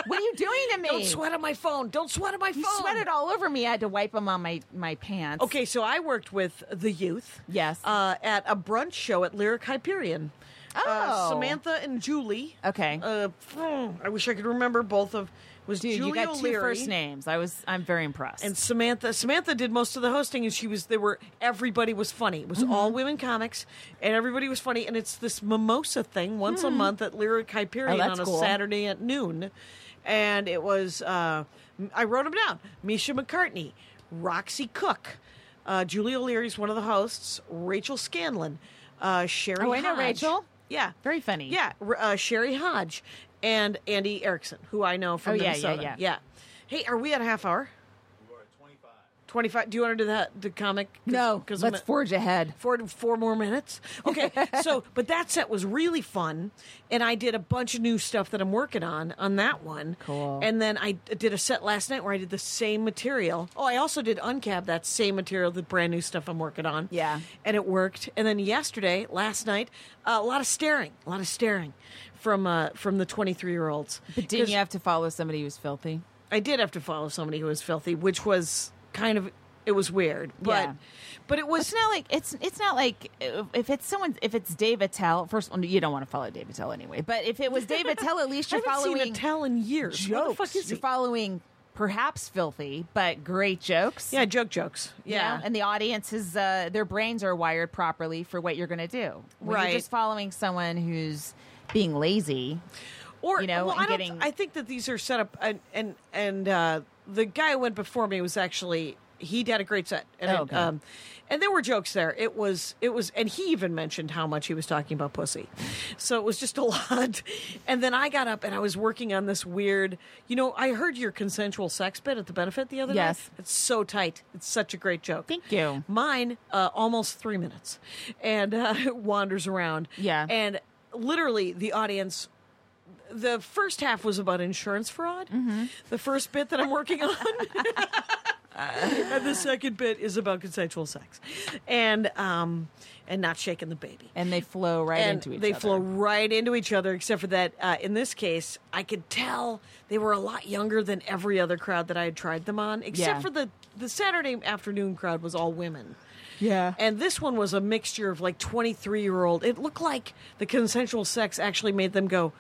S3: what are you doing to me?
S4: Don't sweat on my phone. Don't sweat on my
S3: He
S4: phone.
S3: sweated all over me. I had to wipe him on my my pants.
S4: Okay, so I worked with the youth.
S3: Yes.
S4: Uh, at a brunch show at Lyric Hyperion. Uh,
S3: Oh.
S4: Samantha and Julie.
S3: Okay.
S4: Uh, hmm, I wish I could remember both of. Was
S3: Dude,
S4: Julie
S3: you got two first
S4: O'Leary
S3: names. I was I'm very impressed.
S4: and Samantha. Samantha did most of the hosting, and she was there. Were everybody was funny. It was
S3: Mm-hmm.
S4: all women comics, and everybody was funny. And it's this mimosa thing once a month at Lyric Hyperion
S3: Hmm. Oh, that's
S4: on a
S3: cool.
S4: Saturday at noon, and it was. Uh, I wrote them down: Misha McCartney, Roxy Cook, uh, Julie O'Leary's one of the hosts, Rachel Scanlon, uh, Sherry.
S3: Oh, I know
S4: Hodge.
S3: Rachel.
S4: Yeah,
S3: Very funny.
S4: Yeah, R- uh, Sherry Hodge and Andy Erickson, who I know from
S3: Oh, yeah, yeah,
S4: Minnesota.
S3: yeah.
S4: yeah. Hey, are we at a half hour?
S5: You are 25.
S4: 25 do you want to do that the comic
S3: no,
S4: because
S3: let's forge ahead.
S4: four four more minutes okay so but that set was really fun and i did a bunch of new stuff that i'm working on on that one
S3: Cool.
S4: and then i d- did a set last night where i did the same material oh i also did uncab that same material the brand new stuff i'm working on
S3: Yeah.
S4: and it worked and then yesterday last night uh, a lot of staring a lot of staring from uh from the 23 year olds
S3: But didn't you have to follow somebody who's filthy?
S4: I did have to follow somebody who was filthy, which was kind of it was weird, but
S3: Yeah.
S4: but it was
S3: It's not like it's it's not like if if it's someone if it's Dave Attell. First, one, you don't want to follow Dave Attell anyway. But if it was Dave Attell, at least
S4: I
S3: you're
S4: haven't
S3: following
S4: seen Attell in years. What the
S3: jokes.
S4: fuck is
S3: you're
S4: he?
S3: following perhaps filthy, but great jokes.
S4: yeah, joke jokes.
S3: you
S4: Yeah,
S3: know? and the audience is uh, their brains are wired properly for what you're going to do. When
S4: Right.
S3: you're just following someone who's being lazy.
S4: or
S3: you know,
S4: well,
S3: and
S4: I, don't,
S3: getting-
S4: I think that these are set up, and and and uh, the guy who went before me was actually he did a great set, and
S3: Oh,
S4: it,
S3: okay.
S4: um, and there were jokes there. It was it was, and he even mentioned how much he was talking about pussy, so it was just a lot. And then I got up and I was working on this weird, you know, I heard your consensual sex bit at the benefit the other
S3: Yes.
S4: night. It's so tight. It's such a great joke.
S3: Thank you.
S4: Mine uh, almost three minutes, and uh, it wanders around.
S3: Yeah.
S4: and literally the audience the first half was about insurance fraud.
S3: Mm-hmm.
S4: The first bit that I'm working on. and the second bit is about consensual sex. And um and not shaking the baby.
S3: and they flow right
S4: and
S3: into each
S4: they
S3: other.
S4: flow right into each other except for that uh, in this case I could tell they were a lot younger than every other crowd that I had tried them on except
S3: Yeah.
S4: for the the Saturday afternoon crowd was all women.
S3: Yeah.
S4: And this one was a mixture of like 23 year old. It looked like the consensual sex actually made them go,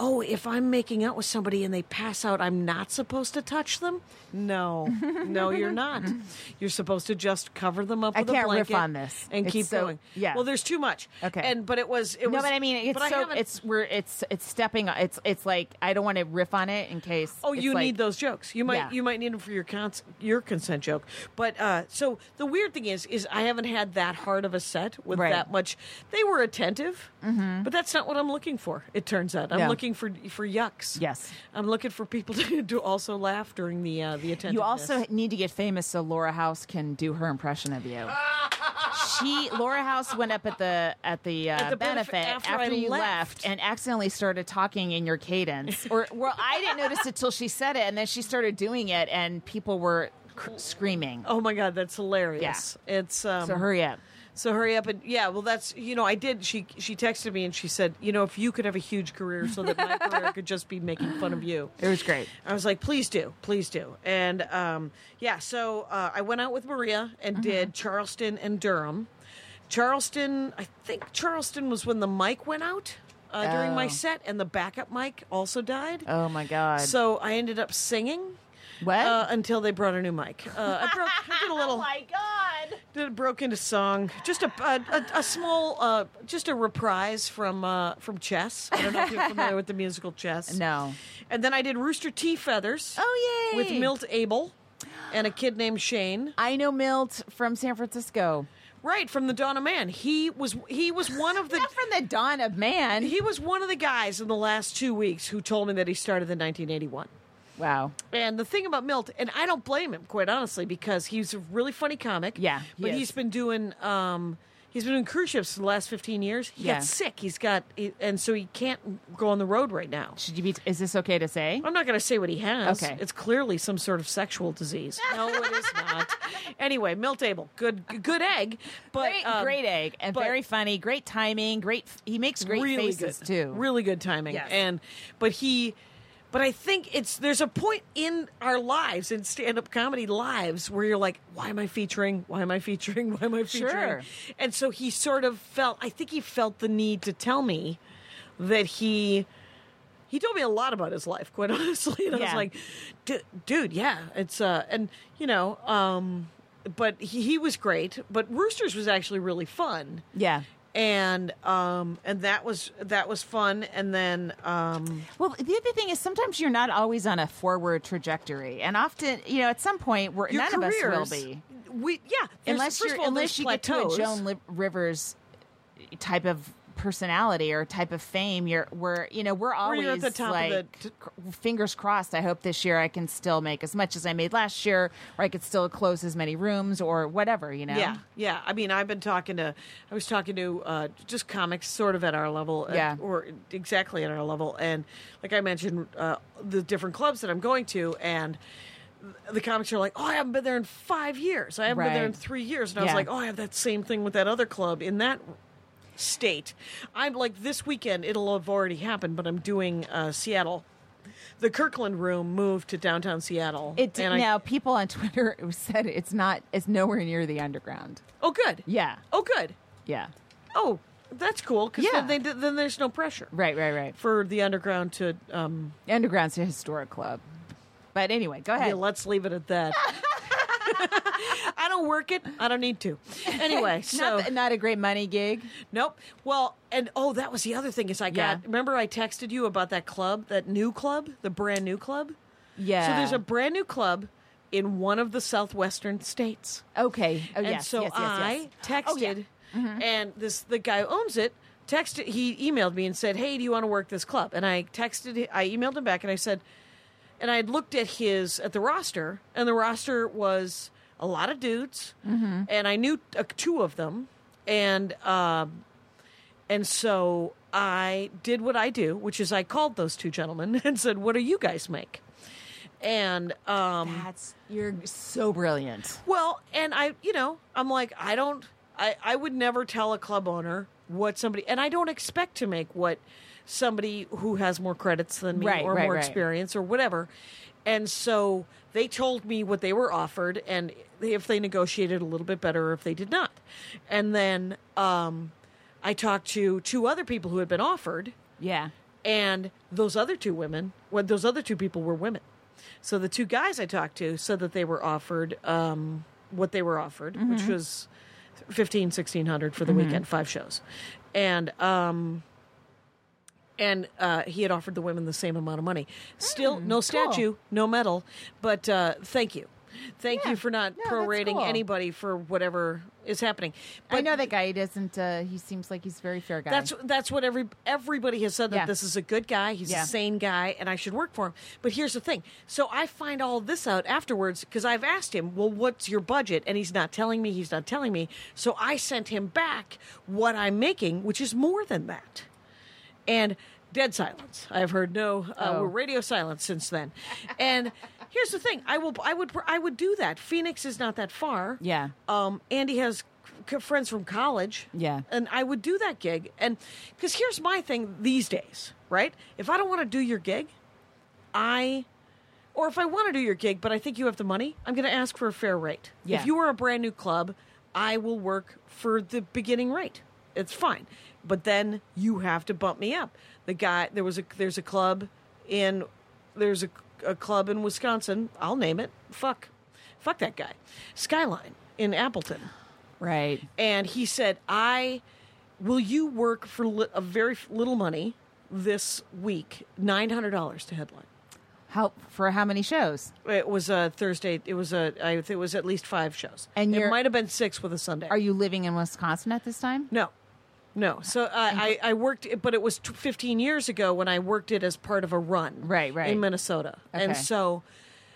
S4: Oh, if I'm making out with somebody and they pass out, I'm not supposed to touch them? No, no, you're not. You're supposed to just cover them up
S3: I
S4: with a
S3: can't riff
S4: blanket
S3: on this.
S4: and
S3: It's
S4: keep
S3: so-
S4: going.
S3: yeah.
S4: Well, there's too much.
S3: Okay.
S4: And but it was it
S3: no,
S4: was.
S3: but I mean, it's
S4: but I
S3: so
S4: haven't-
S3: it's we're it's it's stepping. It's it's like I don't want to riff on it in case.
S4: Oh,
S3: it's
S4: you
S3: like-
S4: need those jokes. You might
S3: Yeah.
S4: you might need them for your cons- your consent joke. But uh, so the weird thing is, is I haven't had that hard of a set with
S3: Right. Mm-hmm.
S4: that much. They were attentive, but that's not what I'm looking for. It turns out I'm
S3: Yeah.
S4: looking for for yucks.
S3: Yes.
S4: I'm looking for people to, to also laugh during the uh, the attentive.
S3: You also need to get famous so Laura House can do her impression of you. she Laura House went up at the at the, uh,
S4: the benefit
S3: benefit,
S4: after I
S3: you
S4: left.
S3: and accidentally started talking in your cadence. Or well, I didn't notice it till she said it, and then she started doing it, and people were cr- screaming.
S4: Oh my god, that's hilarious! It's um,
S3: So hurry up.
S4: So hurry up and yeah, well that's you know I did she she texted me and she said, "You know, if you could have a huge career so that my career could just be making fun of you."
S3: It was great.
S4: I was like, "Please do. Please do." And um yeah, so uh, I went out with Maria and
S3: Mm-hmm.
S4: did Charleston and Durham. Charleston, I think Charleston was when the mic went out uh, during my
S3: Oh.
S4: set and the backup mic also died.
S3: Oh my god. Eh?
S4: So I ended up singing
S3: what?
S4: uh, until they brought a new mic. Uh, I, broke, I did a little.
S3: Oh god.
S4: It broke into song. Just a a, a, a small, uh, just a reprise from uh, from Chess. I don't know if you're familiar with the musical Chess.
S3: No.
S4: And then I did Rooster Tea Feathers.
S3: Oh, yay.
S4: With Milt Abel and a kid named Shane.
S3: I know Milt from San Francisco.
S4: Right from the Dawn of Man. He was he was one of the.
S3: Not from the dawn of man.
S4: he was one of the guys in the last two weeks who told me that he started in 1981.
S3: Wow.
S4: And the thing about Milt, and I don't blame him, quite honestly, because he's a really funny comic.
S3: Yeah, he
S4: but
S3: is.
S4: he's been doing um, he's been doing cruise ships for the last fifteen years. He
S3: Yeah.
S4: got sick. He's got, he- and so he can't go on the road right now.
S3: Should you be? is this okay to say?
S4: I'm not going to say what he has.
S3: Okay.
S4: it's clearly some sort of sexual disease. No, it is not. Anyway, Milt Abel, good, good egg, but
S3: great,
S4: um,
S3: great egg and
S4: but-
S3: very funny. Great timing. Great. f- He makes great
S4: really
S3: faces
S4: good,
S3: too.
S4: Really good timing.
S3: Yes.
S4: And but he but I think it's there's a point in our lives in stand-up comedy lives where you're like, why am I featuring? Why am I featuring? Why am I featuring?
S3: Sure.
S4: And so he sort of felt I think he felt the need to tell me that he he told me a lot about his life, quite honestly. And I was
S3: Yeah.
S4: like, "Du- dude, yeah, it's uh, and you know, um, but he, he was great. But Roosters was actually really fun
S3: Yeah.
S4: and um and that was that was fun and then um
S3: Well, the other thing is sometimes you're not always on a forward trajectory, and often, you know, at some point, we're
S4: your
S3: none of us
S4: careers-
S3: will be,
S4: we yeah there's-
S3: unless
S4: first
S3: you're
S4: of all,
S3: unless
S4: there's
S3: you get to a
S4: plateaus.
S3: Joan Li- Rivers type of personality or type of fame. You're we're you know we're always
S4: you're at the top of
S3: like
S4: the t-
S3: cr- fingers crossed. I hope this year I can still make as much as I made last year, or I could still close as many rooms or whatever. You know,
S4: yeah yeah i mean i've been talking to i was talking to uh just comics sort of at our level uh,
S3: Yeah.
S4: or exactly at our level and like i mentioned uh the different clubs that i'm going to and the comics are like, oh, I haven't been there in five years. I haven't been there in
S3: Right.
S4: three years. And I was
S3: Yeah.
S4: like, oh, I have that same thing with that other club in that state. I'm like, this weekend, it'll have already happened, but I'm doing uh, Seattle. The Kirkland room moved to downtown Seattle.
S3: It
S4: and I-
S3: now people on Twitter said it's not it's nowhere near the underground.
S4: oh, good.
S3: Yeah,
S4: Oh, good.
S3: yeah,
S4: Oh, that's cool because
S3: Yeah.
S4: then, they, then there's no pressure
S3: right, right, right.
S4: for the underground to. Um,
S3: Underground's a historic club. But anyway, go ahead.
S4: yeah, let's leave it at that. I don't work it. I don't need to. Anyway, so
S3: not, th- not a great money gig.
S4: Nope. Well, and oh, that was the other thing is I
S3: Yeah.
S4: got. Remember, I texted you about that club, that new club, the brand new club.
S3: Yeah.
S4: So there's a brand new club in one of the southwestern states,
S3: okay. Oh
S4: and
S3: yes,
S4: so
S3: yes, yes, yes. Oh, Mm-hmm.
S4: I texted, and this the guy who owns it texted. He emailed me and said, "Hey, do you want to work this club?" And I texted. I emailed him back and I said, and I had looked at his at the roster, and the roster was a lot of dudes, and I knew uh, two of them, and um, and so I did what I do, which is I called those two gentlemen and said, "What do you guys make?" And um,
S3: That's you're so brilliant.
S4: well, and I, you know, I'm like, I don't, I, I would never tell a club owner what somebody, and I don't expect to make what somebody who has more credits than me
S3: Right,
S4: or
S3: right,
S4: more
S3: right.
S4: experience or whatever. And so they told me what they were offered and if they negotiated a little bit better or if they did not. And then um, I talked to two other people who had been offered
S3: Yeah.
S4: and those other two women, well, those other two people were women. So the two guys I talked to said that they were offered um, what they were offered, which
S3: Mm-hmm.
S4: was 15, 1600 for the weekend, five shows. And, um, and uh, he had offered the women the same amount of money. Still,
S3: Mm,
S4: no statue, no medal, but uh, thank you. Thank you for not
S3: No, that's
S4: prorating
S3: cool.
S4: anybody for whatever is happening.
S3: I
S4: But
S3: know that guy. He doesn't. Uh, he seems like he's a very fair guy.
S4: that's that's what every everybody has said that
S3: Yeah.
S4: this is a good guy, he's
S3: Yeah.
S4: a sane guy, and I should work for him. But here's the thing: so I find all this out afterwards because I've asked him, "Well, what's your budget?" And he's not telling me. He's not telling me. So I sent him back what I'm making, which is more than that, and dead silence. I've heard no uh,
S3: Oh.
S4: we're radio silence since then. and here's the thing: I will, I would, I would do that. Phoenix is not that far.
S3: Yeah.
S4: Um, Andy has c- friends from college.
S3: Yeah.
S4: And I would do that gig. And because here's my thing these days, right? If I don't want to do your gig, I, or if I want to do your gig, but I think you have the money, I'm going to ask for a fair rate.
S3: Yeah.
S4: If you are a brand new club, I will work for the beginning rate. It's fine. But then you have to bump me up. The guy, there was a, there's a club in, there's a, a club in Wisconsin. I'll name it. Fuck, fuck that guy. Skyline in Appleton
S3: right.
S4: and he said, "I will you work for li- a very f- little money this week, nine hundred dollars to headline."
S3: How for how many shows?
S4: It was a Thursday. It was a. I think it was at least five shows,
S3: And
S4: it
S3: you're-
S4: might have been six with a Sunday.
S3: Are you living in Wisconsin at this time?
S4: no, No, so uh, I I worked, it- but it was t- 15 years ago when I worked it as part of a run,
S3: Right, right.
S4: in Minnesota, and
S3: Okay.
S4: so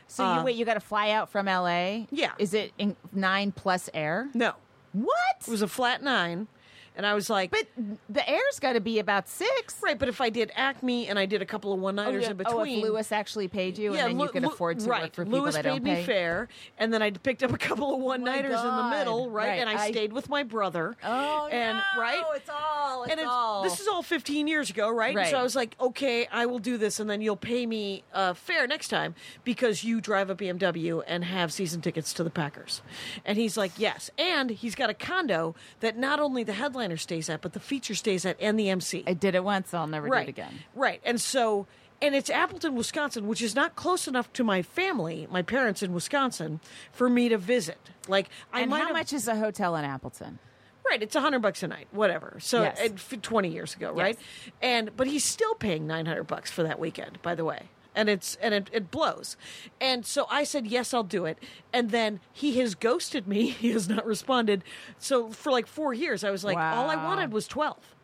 S3: So you wait, you got to fly out from LA?
S4: Yeah.
S3: Is it in nine plus air?
S4: no,
S3: What?
S4: it was a flat nine, and I was like,
S3: but the air's got to be about six.
S4: right, but if I did Acme and I did a couple of one nighters in
S3: Oh,
S4: between,
S3: if Lewis actually paid you, and then
S4: Lu-
S3: you could
S4: Lu-
S3: afford to
S4: right.
S3: work for people
S4: Lewis
S3: that
S4: paid
S3: don't
S4: me
S3: pay. Oh
S4: fair, and then I picked up a couple of one nighters in the
S3: God.
S4: middle, right?
S3: Right,
S4: And I,
S3: I-
S4: stayed with my brother.
S3: Oh,
S4: and
S3: no,
S4: right,
S3: It's all. It's
S4: and it's,
S3: all.
S4: this is all 15 years ago, right? And So
S3: Right.
S4: I was like, okay, I will do this, and then you'll pay me uh, fair next time because you drive a BMW and have season tickets to the Packers. And he's like, yes. And he's got a condo that not only the headliner stays at, but the feature stays at and the MC.
S3: I did it once. so I'll never do it again.
S4: Right. And so, and it's Appleton, Wisconsin, which is not close enough to my family, my parents in Wisconsin, for me to visit. Like, I
S3: And
S4: might
S3: how
S4: have-
S3: much is a hotel in Appleton?
S4: Right. It's a hundred bucks a night, whatever. So,
S3: Yes.
S4: and f- twenty years ago, right? And but he's still paying nine hundred bucks for that weekend, by the way. And it's and it, it blows. And so I said yes, I'll do it. And then he has ghosted me. He has not responded. So for like four years, I was like, all I
S3: Wow.
S4: wanted was twelve.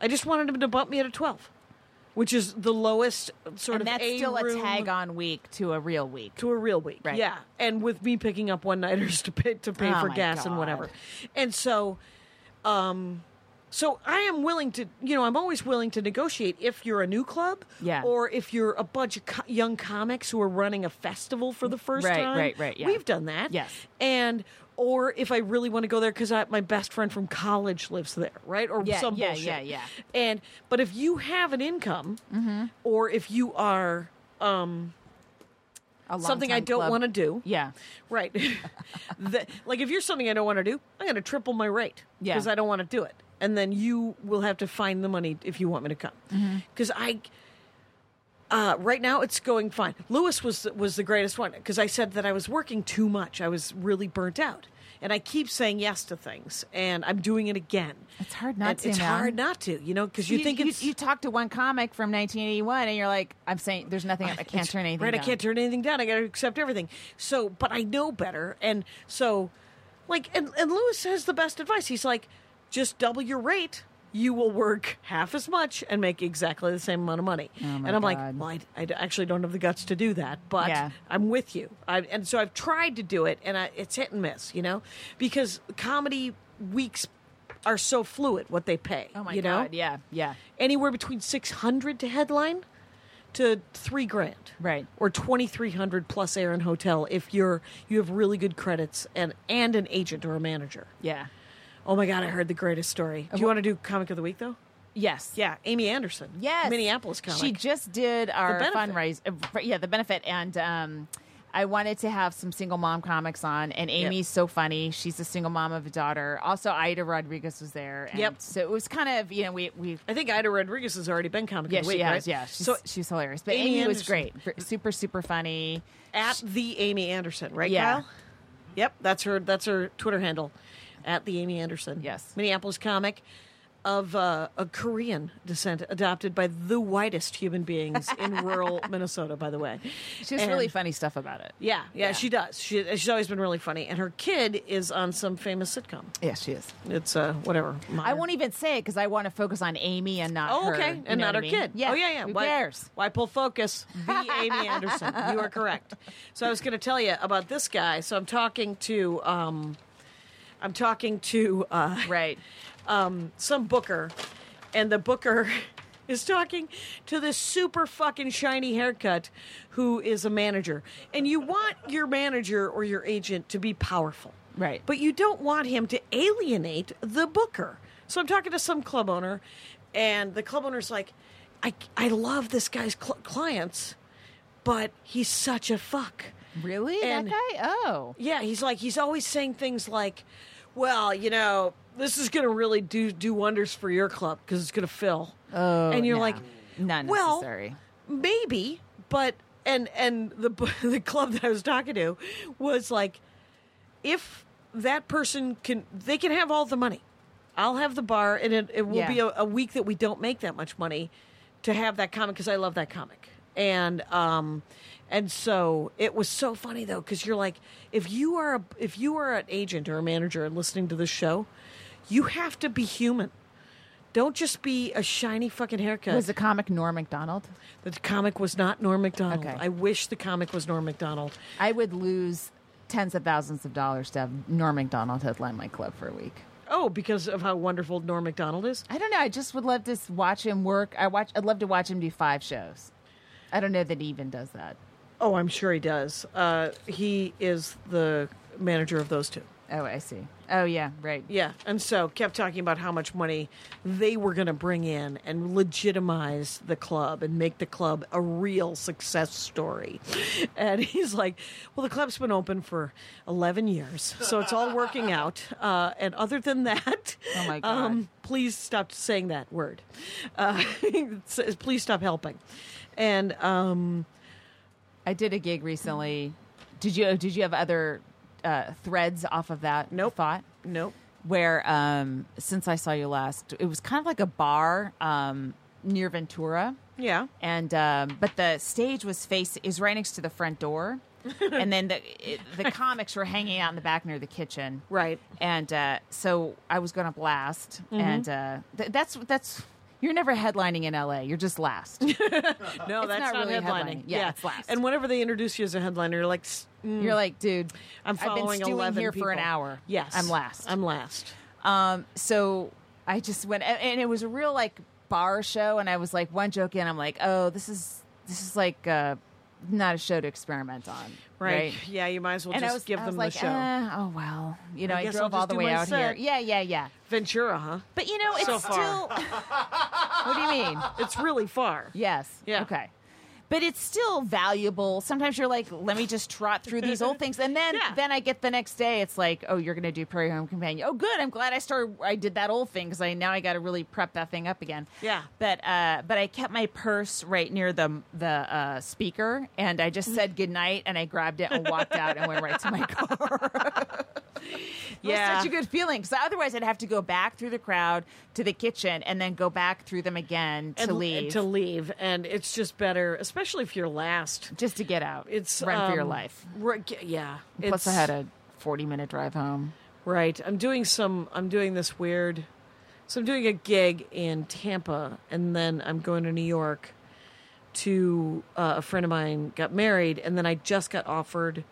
S4: I just wanted him to bump me to twelve, which is the lowest sort
S3: And
S4: of
S3: that's
S4: a
S3: still a
S4: room
S3: tag on week to a real week.
S4: to a real week.
S3: Right.
S4: Yeah. And with me picking up one nighters to pay to pay
S3: Oh
S4: for
S3: my
S4: gas and
S3: God.
S4: whatever. And so um so I am willing to, you know, I'm always willing to negotiate if you're a new club,
S3: Yeah.
S4: or if you're a bunch of co- young comics who are running a festival for the first
S3: Right,
S4: time.
S3: right, right, yeah.
S4: We've done that.
S3: Yes.
S4: and or if I really want to go there because my best friend from college lives there, right? Or
S3: Yeah,
S4: some
S3: yeah,
S4: bullshit.
S3: yeah, yeah.
S4: And but if you have an income,
S3: Mm-hmm.
S4: or if you are um,
S3: A
S4: something I
S3: long-time
S4: don't
S3: club-
S4: want to do,
S3: Yeah.
S4: Right. The- like if you're something I don't want to do, I'm going to triple my rate
S3: Yeah.
S4: because I don't want to do it. And then you will have to find the money if you want me to
S3: Mm-hmm.
S4: come. Because I, uh, right now it's going fine. Lewis was was the greatest one because I said that I was working too much. I was really burnt out, and I keep saying yes to things, and I'm doing it again.
S3: It's hard not
S4: And
S3: to,
S4: It's
S3: man.
S4: hard not to, you know, because you, think
S3: you,
S4: it's
S3: you talk to one comic from 1981, and you're like, I'm saying there's nothing. I can't
S4: It's-
S3: turn anything.
S4: Right, I
S3: down.
S4: can't turn anything down. I got to accept everything. So, but I know better, and so, like, and and Lewis has the best advice. He's like, just double your rate. You will work half as much and make exactly the same amount of money. and I'm like,
S3: Oh, God.
S4: well, I, I actually don't have the guts to do that, but
S3: Yeah.
S4: I'm with you. I, and so I've tried to do it, and I, it's hit and miss, you know, because comedy weeks are so fluid what they pay.
S3: Oh my
S4: you know?
S3: god. Yeah. Yeah.
S4: anywhere between 600 to headline to 3 grand
S3: Right.
S4: or 2300 plus air and hotel if you're you have really good credits and and an agent or a manager
S3: Yeah.
S4: oh my god i heard the greatest story do you want to do comic of the week though
S3: Yes.
S4: yeah amy anderson
S3: Yes.
S4: minneapolis comic
S3: She just did our
S4: benefit.
S3: fundraise. uh, f- Yeah, the benefit. And um, I wanted to have some single mom comics on. And Amy's so funny. She's a single mom of a daughter. Also, Ida Rodriguez was there. And
S4: Yep.
S3: So it was kind of, you know, we, we
S4: i think ida rodriguez has already been comic
S3: yeah,
S4: of
S3: she
S4: the week
S3: has.
S4: right
S3: Yeah. She's,
S4: so
S3: she's hilarious. But
S4: Amy
S3: Amy, was
S4: Anderson.
S3: great. Gr- Super, super funny.
S4: at the amy anderson right
S3: Yeah.
S4: Kyle? yep that's her that's her twitter handle at the amy anderson
S3: Yes.
S4: minneapolis comic of uh, a korean descent adopted by the whitest human beings in rural minnesota by the way
S3: She has really
S4: And-
S3: funny stuff about it.
S4: yeah, yeah she does she, she's always been really funny and her kid is on some famous sitcom
S3: Yeah, she is.
S4: it's uh whatever
S3: I
S4: modern-
S3: won't even say it because I want to focus on Amy and not
S4: Oh,
S3: her.
S4: okay,
S3: You
S4: and
S3: know what
S4: not
S3: I
S4: her
S3: mean?
S4: kid.
S3: Yeah.
S4: Oh, yeah, yeah.
S3: Who
S4: why,
S3: cares?
S4: Why pull focus? The Amy Anderson. You are correct. So I was going to tell you about this guy. So I'm talking to, um, I'm talking to uh,
S3: Right.
S4: um, some booker, and the booker is talking to this super fucking shiny haircut who is a manager. And you want your manager or your agent to be powerful.
S3: Right.
S4: But you don't want him to alienate the booker. So I'm talking to some club owner, and the club owner's like, I, I love this guy's cl- clients, but he's such a fuck.
S3: Really?
S4: And-
S3: that guy? Oh.
S4: Yeah, he's like he's always saying things like, "Well, you know, this is going to really do do wonders for your club because it's going to fill." Oh, and you're
S3: no.
S4: like,
S3: Not
S4: well,
S3: necessary."
S4: Maybe, but and and the b- the club that I was talking to was like, if that person can, they can have all the money. I'll have the bar, and it, it will
S3: Yeah.
S4: be a, a week that we don't make that much money to have that comic because I love that comic. And um, and so it was so funny though because you're like, if you are a, if you are an agent or a manager and listening to this show, you have to be human. Don't just be a shiny fucking haircut.
S3: Was the comic Norm Macdonald?
S4: the comic was not Norm Macdonald.
S3: Okay.
S4: I wish the comic was Norm Macdonald.
S3: I would lose tens of thousands of dollars to have Norm Macdonald headline my club for a week.
S4: Oh, because of how wonderful Norm Macdonald is.
S3: I don't know. I just would love to s- watch him work. I watch. I'd love to watch him do five shows. I don't know that he even does that.
S4: Oh, I'm sure he does. Uh, he is the manager of those two.
S3: Oh, I see. Oh, yeah, right.
S4: Yeah, and so kept talking about how much money they were going to bring in and legitimize the club and make the club a real success story. And he's like, "Well, the club's been open for eleven years, so it's all working out. Uh, and other than that, um,
S3: Oh, my God.
S4: please stop saying that word. Uh, s- please stop helping." And um,
S3: I did a gig recently. Did you? Did you have other uh, threads off of that?
S4: Nope.
S3: Thought
S4: nope.
S3: where um, since I saw you last, it was kind of like a bar um, near Ventura.
S4: Yeah.
S3: and um, but the stage was face is right next to the front door, and then the it, the comics were hanging out in the back near the kitchen,
S4: Right. Mm-hmm.
S3: And uh, so I was going to blast, and uh, th- that's that's you're never headlining in L.A. You're just last.
S4: Mm-hmm. No, that's
S3: not
S4: not,
S3: really
S4: headlining.
S3: headlining. Yeah, it's last.
S4: And whenever they introduce you as a headliner, you're like, "S- mm,
S3: you're like, dude,
S4: I'm
S3: I've
S4: following
S3: been stewing
S4: 11
S3: here for an
S4: people."
S3: hour.
S4: Yes,
S3: I'm last.
S4: I'm last.
S3: Um, so I just went, and- and it was a real like bar show, and I was like one joke in, I'm like, oh, this is this is like uh, not a show to experiment on,
S4: Right. Yeah, you might as well
S3: And
S4: just
S3: I was,
S4: give
S3: I was
S4: them the
S3: like,
S4: show.
S3: "Eh, oh well, you know,
S4: I
S3: I,
S4: guess I'll
S3: drove all
S4: just
S3: the
S4: do
S3: way
S4: my
S3: out here.
S4: set.
S3: Yeah, yeah, yeah.
S4: Ventura, huh?
S3: But you know, it's
S4: So far.
S3: still. what do you mean?
S4: It's really far.
S3: Yes.
S4: Yeah.
S3: Okay. But it's still valuable. Sometimes you're like, let me just trot through these old things, and then
S4: Yeah.
S3: then I get the next day. It's like, oh, you're going to do Prairie Home Companion. Oh, good. I'm glad I started. I did that old thing because I now I got to really prep that thing up again.
S4: Yeah.
S3: But uh, but I kept my purse right near the the uh, speaker, and I
S4: Mm-hmm.
S3: just said goodnight, and I grabbed it and walked out and went right to my car. It
S4: Yeah.
S3: was such a good feeling because otherwise I'd have to go back through the crowd to the kitchen and then go back through them again to
S4: And-
S3: leave.
S4: To leave. And it's just better, especially if you're last.
S3: just to get out.
S4: It's
S3: run for your
S4: um,
S3: life.
S4: ri- g- yeah.
S3: Plus,
S4: it's-
S3: I had a forty-minute drive home.
S4: Right. I'm doing some. I'm doing this weird. So I'm doing a gig in Tampa, and then I'm going to New York. To uh, a friend of mine got married, and then I just got offered.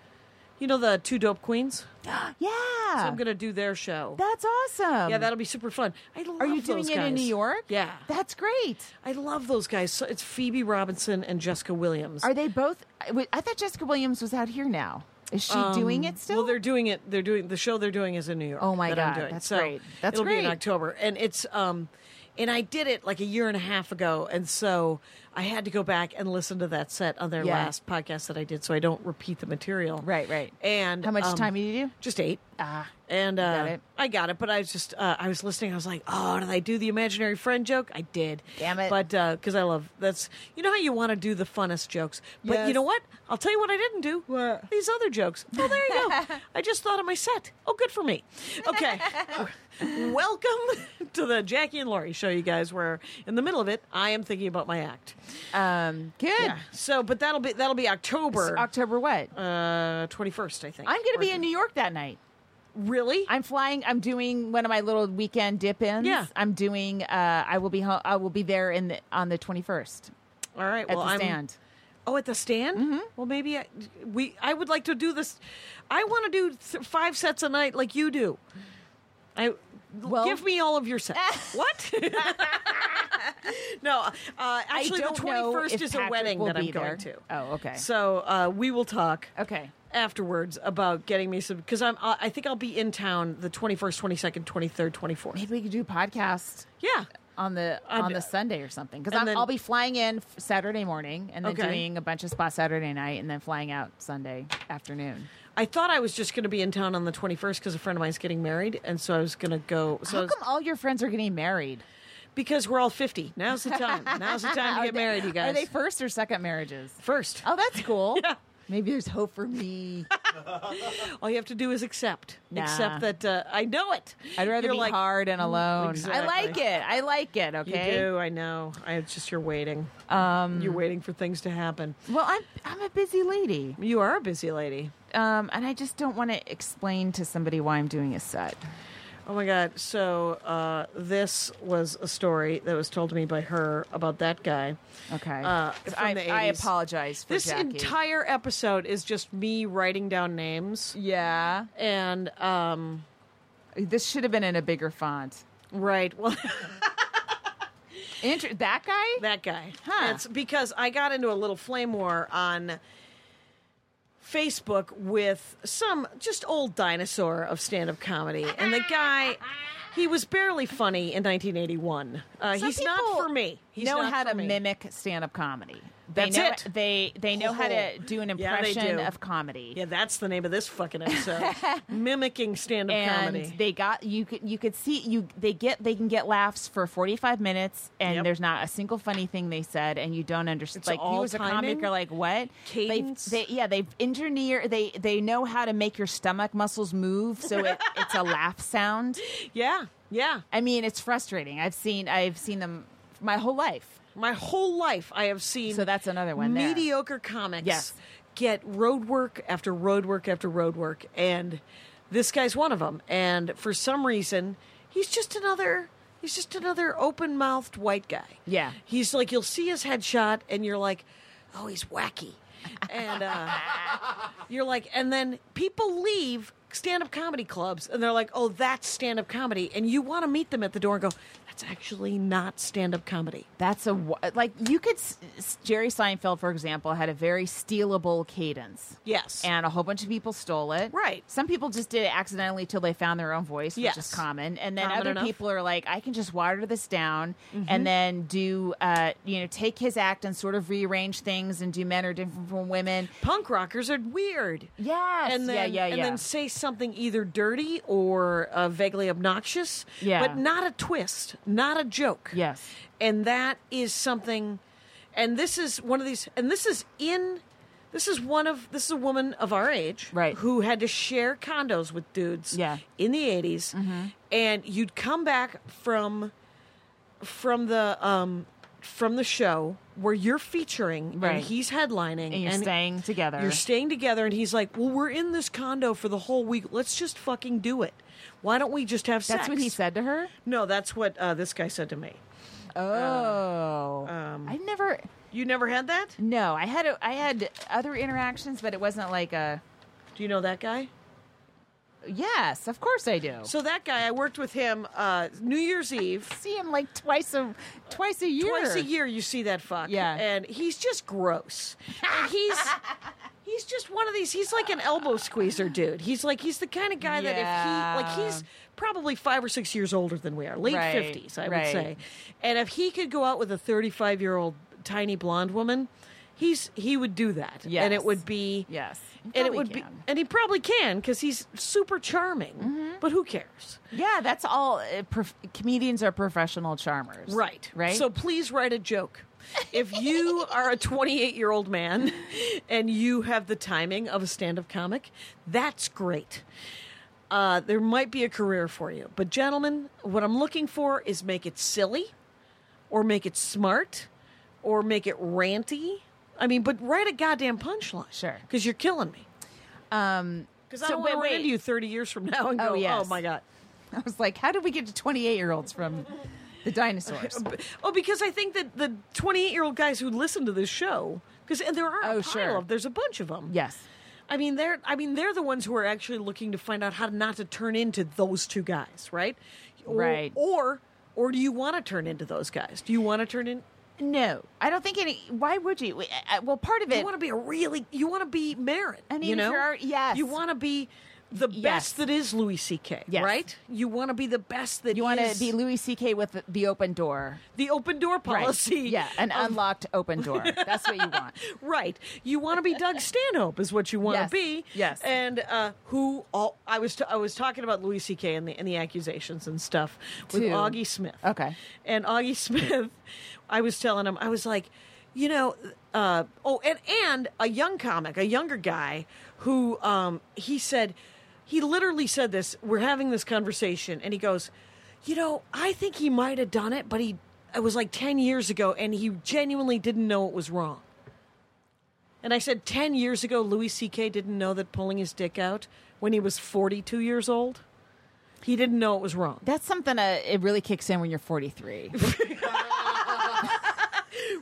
S4: You know the two dope queens.
S3: Yeah,
S4: So I'm gonna do their show.
S3: that's awesome.
S4: yeah, that'll be super fun. I love
S3: Are you doing
S4: those
S3: it in
S4: guys.
S3: New York?
S4: Yeah,
S3: that's great.
S4: I love those guys. So it's Phoebe Robinson and Jessica Williams.
S3: Are they both? I wa- I thought Jessica Williams was out here now. Is she doing it still?
S4: Well, they're doing it. They're doing the show. They're doing is in New York.
S3: Oh, my
S4: that I'm
S3: God.
S4: doing.
S3: That's
S4: So
S3: great. That's
S4: it'll be in
S3: great.
S4: October, and it's um, and I did it like a year and a half ago, and so I had to go back and listen to that set on their
S3: Yeah.
S4: last podcast that I did, so I don't repeat the material.
S3: Right, right.
S4: And
S3: How much
S4: um,
S3: time did you do?
S4: Just eight.
S3: Ah,
S4: and uh,
S3: got it.
S4: I got it, but I was just uh, I was listening. I was like, oh, did I do the imaginary friend joke? I did.
S3: Damn it.
S4: But because I love that's you know how you want to do the funnest jokes, but you
S3: Yes.
S4: know what? I'll tell you what I didn't do. What? These other jokes. Oh, there you go. I just thought of my set. Oh, good for me. Okay. Welcome to the Jackie and Laurie show, you guys. Where in the middle of it, I am thinking about my act.
S3: um, good.
S4: So, but that'll be that'll be October
S3: October what?
S4: uh twenty first, I think.
S3: I'm going to be in
S4: Or-
S3: New York that night.
S4: really.
S3: I'm flying. I'm doing one of my little weekend dip ins.
S4: Yeah.
S3: I'm doing. Uh, I will be. Ho- I will be there in the, on the 21st
S4: All right.
S3: at
S4: well,
S3: the
S4: I'm,
S3: stand.
S4: Oh, at the stand?
S3: Mm-hmm.
S4: Well, maybe I, we. I would like to do this. I want to do th- five sets a night like you do. I
S3: Well-
S4: give me all of your sets. what? no, uh, actually,
S3: I
S4: the
S3: don't know
S4: twenty first
S3: if
S4: is
S3: Patrick
S4: a wedding
S3: will
S4: that I'm
S3: be there.
S4: going to.
S3: Oh, okay.
S4: So uh, we will talk
S3: Okay.
S4: afterwards about getting me some because I'm. uh, I I think I'll be in town the twenty first, twenty second, twenty third, twenty fourth.
S3: Maybe we could do a podcast
S4: Yeah.
S3: on the
S4: I'm-
S3: on the Sunday or something
S4: and
S3: because
S4: then-
S3: I'll be flying in f- Saturday morning and then
S4: Okay.
S3: doing a bunch of spots Saturday night and then flying out Sunday afternoon.
S4: I thought I was just going to be in town on the 21st because a friend of mine's getting married, and so I was going to go. So I
S3: How
S4: was-
S3: come all your friends are getting married?
S4: Because we're all 50. Now's the time. Now's the time to
S3: Are
S4: get
S3: they-
S4: married, you guys.
S3: Are they first or second marriages?
S4: first?
S3: Oh, that's cool.
S4: Yeah.
S3: Maybe there's hope for me. Oh.
S4: All you have to do is accept.
S3: Nah.
S4: Accept that uh, I know it.
S3: I'd rather
S4: You're
S3: be
S4: like, Mm,
S3: hard and alone. I
S4: exactly.
S3: like it. I like it.
S4: You
S3: Okay.
S4: do, I know. I, it's just you're waiting. Um, you're waiting for things to happen.
S3: Well, I'm I'm a busy lady,
S4: You are a busy lady.
S3: um, and I just don't want to explain to somebody why I'm doing a set.
S4: Oh my God. So, uh, this was a story that was told to me by her about that guy.
S3: Okay.
S4: Uh,
S3: So
S4: from
S3: I,
S4: the
S3: I
S4: 80s.
S3: apologize for
S4: This
S3: Jackie.
S4: entire episode is just me writing down names.
S3: yeah.
S4: And, um,
S3: This should have been in a bigger font.
S4: right. Well,
S3: Inter- that guy?
S4: that guy.
S3: Huh.
S4: It's because I got into a little flame war on Facebook with some just old dinosaur of stand up comedy. And the guy, he was barely funny in 1981. Uh,
S3: Some
S4: he's not
S3: people
S4: for me. He's
S3: know
S4: not
S3: how
S4: for
S3: to
S4: me.
S3: mimic stand-up comedy. They
S4: That's
S3: know,
S4: it.
S3: They they know how to
S4: Oh.
S3: do an
S4: Yeah, they
S3: impression
S4: do.
S3: of comedy.
S4: Yeah, that's the name of this fucking episode. Mimicking stand up
S3: and
S4: comedy.
S3: they got you could you could see you they get they can get laughs for 45 minutes and
S4: Yep.
S3: there's not a single funny thing they said and you don't understand
S4: It's
S3: like you
S4: all
S3: as a
S4: timing,
S3: comic are like what They've-
S4: cadence.
S3: they, yeah they've engineered they they know how to make your stomach muscles move so it, it's a laugh sound
S4: yeah, yeah.
S3: i mean it's frustrating i've seen i've seen them my whole life
S4: My whole life I have seen
S3: So that's another one there.
S4: mediocre comics
S3: Yes.
S4: get road work after road work after road work and this guy's one of them and for some reason he's just another he's just another open-mouthed white guy.
S3: Yeah.
S4: He's like you'll see his headshot and you're like oh he's wacky. And uh You're like, and then people leave stand up comedy clubs and they're like, oh, that's stand up comedy. And you want to meet them at the door and go, that's actually not stand up comedy.
S3: That's a wa- like you could s- s- Jerry Seinfeld, for example, had a very stealable cadence.
S4: Yes.
S3: and a whole bunch of people stole it.
S4: Right.
S3: Some people just did it accidentally till they found their own voice, which
S4: Yes.
S3: is common. And then
S4: Common
S3: other
S4: enough.
S3: people are like, I can just water this down and then do, uh, you know, take his act and sort of rearrange things and do men are different from women.
S4: Punk rockers are weird.
S3: Yes.
S4: And then,
S3: yeah, yeah,
S4: And
S3: yeah.
S4: then say something either dirty or uh, vaguely obnoxious,
S3: Yeah.
S4: but not a twist, not a joke.
S3: Yes.
S4: And that is something, and this is one of these, and this is in, this is one of, this is a woman of our age,
S3: Right.
S4: Who had to share condos with dudes,
S3: Yeah.
S4: in the 80s
S3: Mm-hmm.
S4: and you'd come back from from the um from the show where you're featuring and
S3: Right.
S4: he's headlining
S3: And you're staying together.
S4: you're staying together and he's like well we're in this condo for the whole week let's just fucking do it why don't we just have sex
S3: That's what he said to her.
S4: no that's what uh, this guy said to me
S3: Oh, I've never.
S4: you never had that
S3: No, I had a, I had other interactions, but it wasn't like a.
S4: do you know that guy
S3: Yes, of course I do.
S4: so that guy i worked with him uh, new year's eve
S3: see him like twice a twice a year.
S4: Twice a year you see that fuck.
S3: Yeah.
S4: And he's just gross. And he's he's just one of these he's like an elbow squeezer dude. He's like he's the kind of guy that if he
S3: Yeah.
S4: like he's probably five or six years older than we are, late
S3: Right,
S4: fifties, I would
S3: right.
S4: say. And if he could go out with a thirty five year old tiny blonde woman, he's he would do that. And it
S3: Yes.
S4: would be
S3: Yes.
S4: And it
S3: Probably
S4: would be,
S3: can. Mm-hmm.
S4: and he probably can because he's super charming. But who cares?
S3: Yeah, that's all. Uh, prof- comedians are professional charmers.
S4: Right.
S3: Right.
S4: So please write a joke. If you are a 28 year old man and you have the timing of a stand up comic, that's great. Uh, there might be a career for you. But, gentlemen, what I'm looking for is make it silly or make it smart or make it ranty. I mean, but write a goddamn punchline.
S3: Sure.
S4: Because you're killing me.
S3: um,
S4: Because
S3: so,
S4: I don't want
S3: but
S4: to run
S3: wait,
S4: into you 30 years from now and
S3: Oh,
S4: go, oh
S3: yes.
S4: my God.
S3: I was like, how did we get to twenty-eight-year-olds from the dinosaurs?
S4: Oh, because I think that the 28 year old guys who listen to this show, because and there are a
S3: Oh,
S4: pile
S3: sure.
S4: of, there's a bunch of them.
S3: yes.
S4: I mean they're I mean they're the ones who are actually looking to find out how not to turn into those two guys, right? Or,
S3: Right.
S4: Or or do you want to turn into those guys? Do you want to turn in?
S3: No, I don't think any. Why would you? We- I- I- Well, part of
S4: You
S3: it.
S4: want to be a really you want to be Marin.
S3: I mean,
S4: you
S3: if
S4: know,
S3: you're already- yes.
S4: You want to be the best
S3: Yes.
S4: that is Louis C.K.
S3: Yes.
S4: Right? You want to be the best that
S3: You want to
S4: is
S3: be Louis C.K. with the, the open door
S4: the open door
S3: Right.
S4: policy.
S3: Yeah, an
S4: of
S3: unlocked open door. That's what you want.
S4: Right. You want to be Doug Stanhope is what you want
S3: Yes.
S4: to be.
S3: Yes.
S4: And uh, who all I was t- I was talking about Louis C.K. and the and the accusations and stuff with
S3: To-
S4: Augie Smith.
S3: Okay.
S4: And Augie Smith, I was telling him I was like, you know, uh, oh, and and a young comic, a younger guy who um, he said he literally said this. We're having this conversation, and he goes, you know, I think he might have done it, but he. It was like 10 years ago, and he genuinely didn't know it was wrong. And I said, 10 years ago, Louis C.K. didn't know that pulling his dick out when he was 42 years old He didn't know it was wrong.
S3: That's something uh, it really kicks in when you're 43.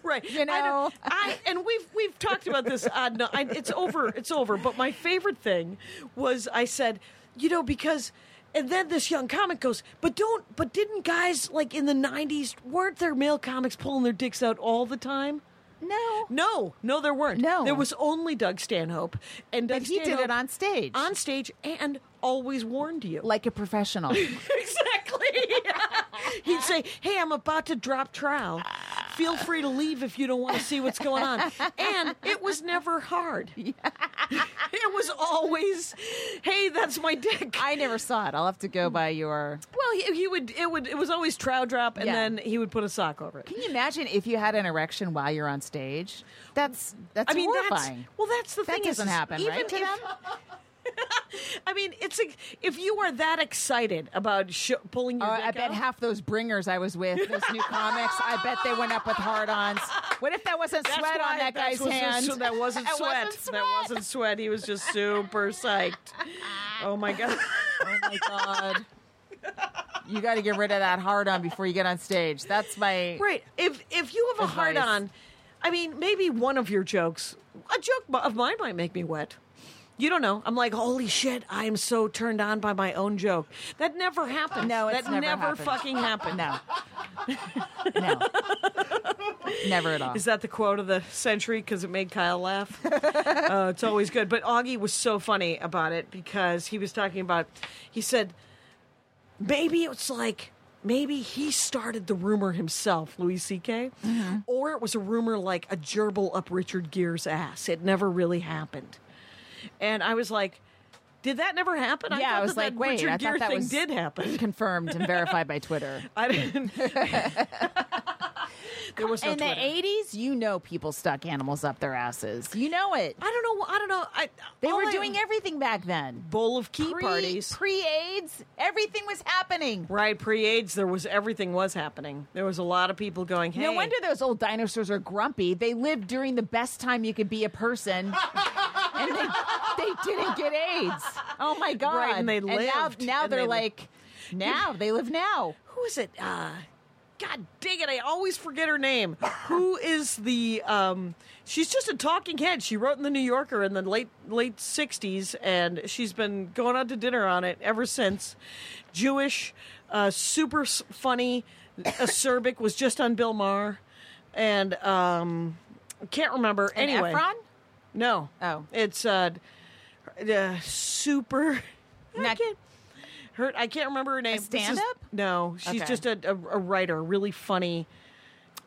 S4: Right.
S3: You
S4: I
S3: know?
S4: don't- I, and we've we've talked about this. Uh, no, I, it's over. It's over. But my favorite thing was I said, you know, because. And then this young comic goes, but don't, but didn't guys like in the 90s, weren't there male comics pulling their dicks out all the time?
S3: no.
S4: No, no, there weren't.
S3: No.
S4: There was only Doug Stanhope. And Doug
S3: And he did
S4: Stanhope-
S3: it on stage.
S4: On stage and always warned you.
S3: like a professional.
S4: Exactly. He'd say, Hey, I'm about to drop trowel. Feel free to leave if you don't want to see what's going on. And it was never hard. it was always, Hey, that's my dick.
S3: I never saw it. I'll have to go by your.
S4: well, he, he would, it would, it was always trowel drop and
S3: Yeah.
S4: then he would put a sock over it.
S3: Can you imagine if you had an erection while you're on stage? That's that's
S4: I mean,
S3: horrifying.
S4: that's, well, that's the
S3: That
S4: thing. is-
S3: doesn't
S4: is
S3: happen,
S4: even
S3: right, to
S4: if- oh,
S3: them?
S4: I mean, it's like, if you are that excited about sh- pulling your
S3: Or
S4: dick
S3: Oh, I bet
S4: out-
S3: half those bringers I was with, those new comics, I bet they went up with hard-ons. What if that wasn't
S4: That's
S3: sweat
S4: why-
S3: on that
S4: that's
S3: guy's
S4: what-
S3: hand?
S4: so that wasn't
S3: It
S4: sweat.
S3: wasn't sweat.
S4: That wasn't sweat. He was just super psyched. Oh my god.
S3: Oh my god. You got to get rid of that hard-on before you get on stage. That's my
S4: Right. If if you have a
S3: Advice.
S4: hard on, I mean, maybe one of your jokes, a joke mi- of mine might make me wet. You don't know. I'm like, holy shit! I am so turned on by my own joke. That never happened.
S3: No, it's
S4: that
S3: never
S4: never
S3: happened.
S4: fucking happened.
S3: No. no. Never at all.
S4: Is that the quote of the century? Because it made Kyle laugh. uh, it's always good. But Augie was so funny about it because he was talking about, he said, maybe it's like, maybe he started the rumor himself, Louis C.K.,
S3: Mm-hmm.
S4: or it was a rumor like a gerbil up Richard Gere's ass. It never really happened. And I was like, did that never happen?
S3: yeah,
S4: thought
S3: I was
S4: that
S3: like,
S4: that
S3: wait,
S4: Richard
S3: I
S4: Gere
S3: thought that
S4: thing
S3: was
S4: did happen.
S3: confirmed and verified by Twitter.
S4: I didn't. there was no
S3: In the
S4: Twitter.
S3: '80s, you know, people stuck animals up their asses. You know it.
S4: I don't know. I don't know. I,
S3: They
S4: all
S3: were
S4: I-
S3: doing everything back then.
S4: bowl of key
S3: Pre,
S4: parties.
S3: pre-AIDS, everything was happening.
S4: right, pre-AIDS, there was everything was happening. There was a lot of people going, "Hey,
S3: No wonder those old dinosaurs are grumpy. They lived during the best time you could be a person, and they, they didn't get AIDS. Oh my god!
S4: Right, and they
S3: now,
S4: lived,
S3: now
S4: and
S3: they're
S4: they lived.
S3: like, now they live now.
S4: who is it? Uh, God dang it! I always forget her name. who is the? Um, she's just a talking head. She wrote in the New Yorker in the late late '60s, and she's been going out to dinner on it ever since. Jewish, uh, super s- funny, acerbic was just on Bill Maher, and um, can't remember
S3: And
S4: anyway.
S3: Efron,
S4: No.
S3: Oh.
S4: It's uh, uh super. I
S3: Not-
S4: can't, her, I can't remember her name. This is-
S3: stand-up?
S4: No, she's
S3: Okay.
S4: just a, a, a writer, really funny.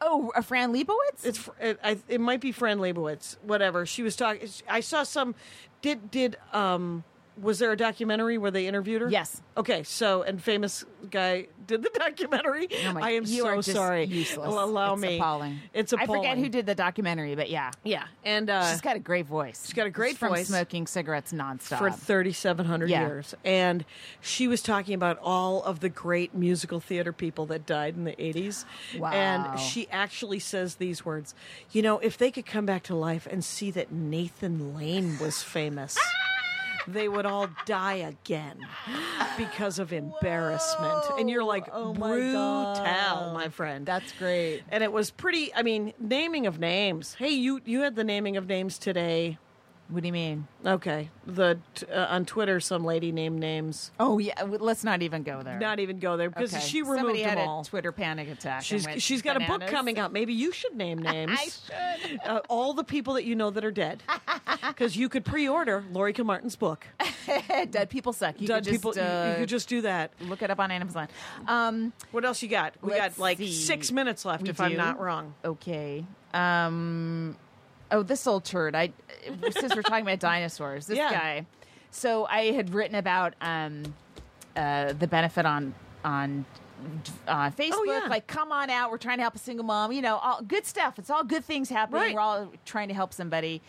S3: oh, uh, Fran Lebowitz.
S4: It's fr- it, I, it might be Fran Lebowitz, whatever. She was talking. I saw some. Did did um. Was there a documentary where they interviewed her?
S3: Yes.
S4: Okay. So, and famous guy did the documentary.
S3: Oh my-
S4: I am
S3: you
S4: so
S3: are just
S4: sorry.
S3: Useless.
S4: Allow
S3: it's
S4: me.
S3: Appalling.
S4: It's appalling.
S3: I forget who did the documentary, but yeah,
S4: Yeah, and uh,
S3: she's got a great voice. She's
S4: got a great
S3: from
S4: voice.
S3: smoking cigarettes nonstop.
S4: for 3,700
S3: Yeah.
S4: years. And she was talking about all of the great musical theater people that died in the 80s.
S3: Wow.
S4: And she actually says these words You know, if they could come back to life and see that Nathan Lane was famous. They would all die again because of embarrassment. And you're like, oh my brutal, my friend.
S3: That's great.
S4: and it was pretty. I mean, naming of names. Hey, you you had the naming of names today.
S3: What do you mean?
S4: Okay. The t- uh, on Twitter, some lady named names.
S3: Oh yeah, w- let's not even go there.
S4: Not even go there because
S3: Okay.
S4: she removed
S3: Somebody had
S4: them all.
S3: a Twitter panic attack. and
S4: She's
S3: went
S4: she's got a book
S3: bananas.
S4: coming out. Maybe you should name names. I should. Uh, all the people that you know that are dead, because you could pre-order Lori Kilmartin's book.
S3: Dead people suck. You
S4: Dead
S3: could just,
S4: people, you- you,
S3: uh,
S4: could just do that.
S3: look it up on Amazon. Um,
S4: What else you got? We
S3: Let's
S4: got like
S3: see.
S4: six minutes left,
S3: We
S4: if I'm
S3: do?
S4: not wrong.
S3: okay. Um, oh, this old turd. I since we're talking about dinosaurs, this
S4: Yeah.
S3: guy. So I had written about um, uh, the benefit on on uh, Facebook.
S4: Oh, yeah.
S3: Like, come on out. We're trying to help a single mom. You know, all good stuff. It's all good things happening.
S4: Right.
S3: We're all trying to help somebody.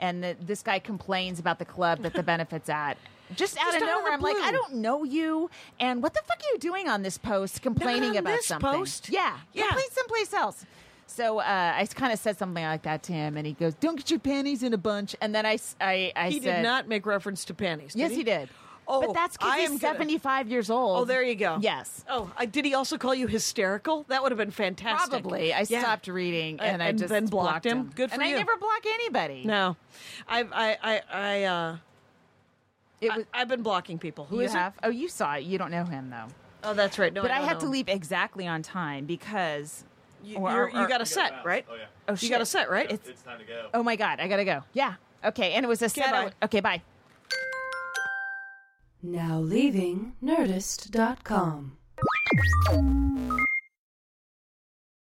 S3: And the, this guy complains about the club that the benefits at. Just out
S4: Just
S3: of
S4: out of
S3: nowhere,
S4: the
S3: I'm like,
S4: blue.
S3: I don't know you, and what the fuck are you doing on this post? Complaining complaining
S4: Not on
S3: about
S4: this
S3: something.
S4: post.
S3: Yeah,
S4: Yeah.
S3: Complain someplace else. So uh, I kind of said something like that to him, and he goes, "Don't get your panties in a bunch." And then I, s- I, I
S4: He
S3: said,
S4: did not make reference to panties.
S3: Yes, he did.
S4: Oh,
S2: but that's
S4: I
S2: because
S4: am
S2: he's
S4: gonna-
S2: 75 years old.
S4: Oh, there you go.
S2: Yes.
S4: Oh, I, did he also call you hysterical? That would have been fantastic.
S2: Probably. I
S4: Yeah.
S2: stopped reading and,
S4: And-
S2: I
S4: and
S2: just
S4: then blocked him. Good for
S2: and
S4: you.
S2: I never block anybody.
S4: No, I've I I I uh,
S2: It
S4: I,
S2: was,
S4: I've been blocking people. Who
S2: you
S4: is it?
S2: have? Oh, you saw it. You don't know him though.
S4: Oh, that's right. No,
S2: But I,
S4: don't
S2: had
S4: know.
S2: to leave exactly on time because
S4: You,
S2: or-
S4: you're-
S2: or-
S4: you got a set,
S3: bounce.
S4: right?
S3: Oh yeah.
S2: oh,
S4: You
S2: shit.
S4: got a set, right?
S3: It's, time to go.
S2: Oh my god, I gotta go. Yeah. Okay, and it was a set.
S4: bye.
S2: Okay, bye.
S1: Now leaving Nerdist.com.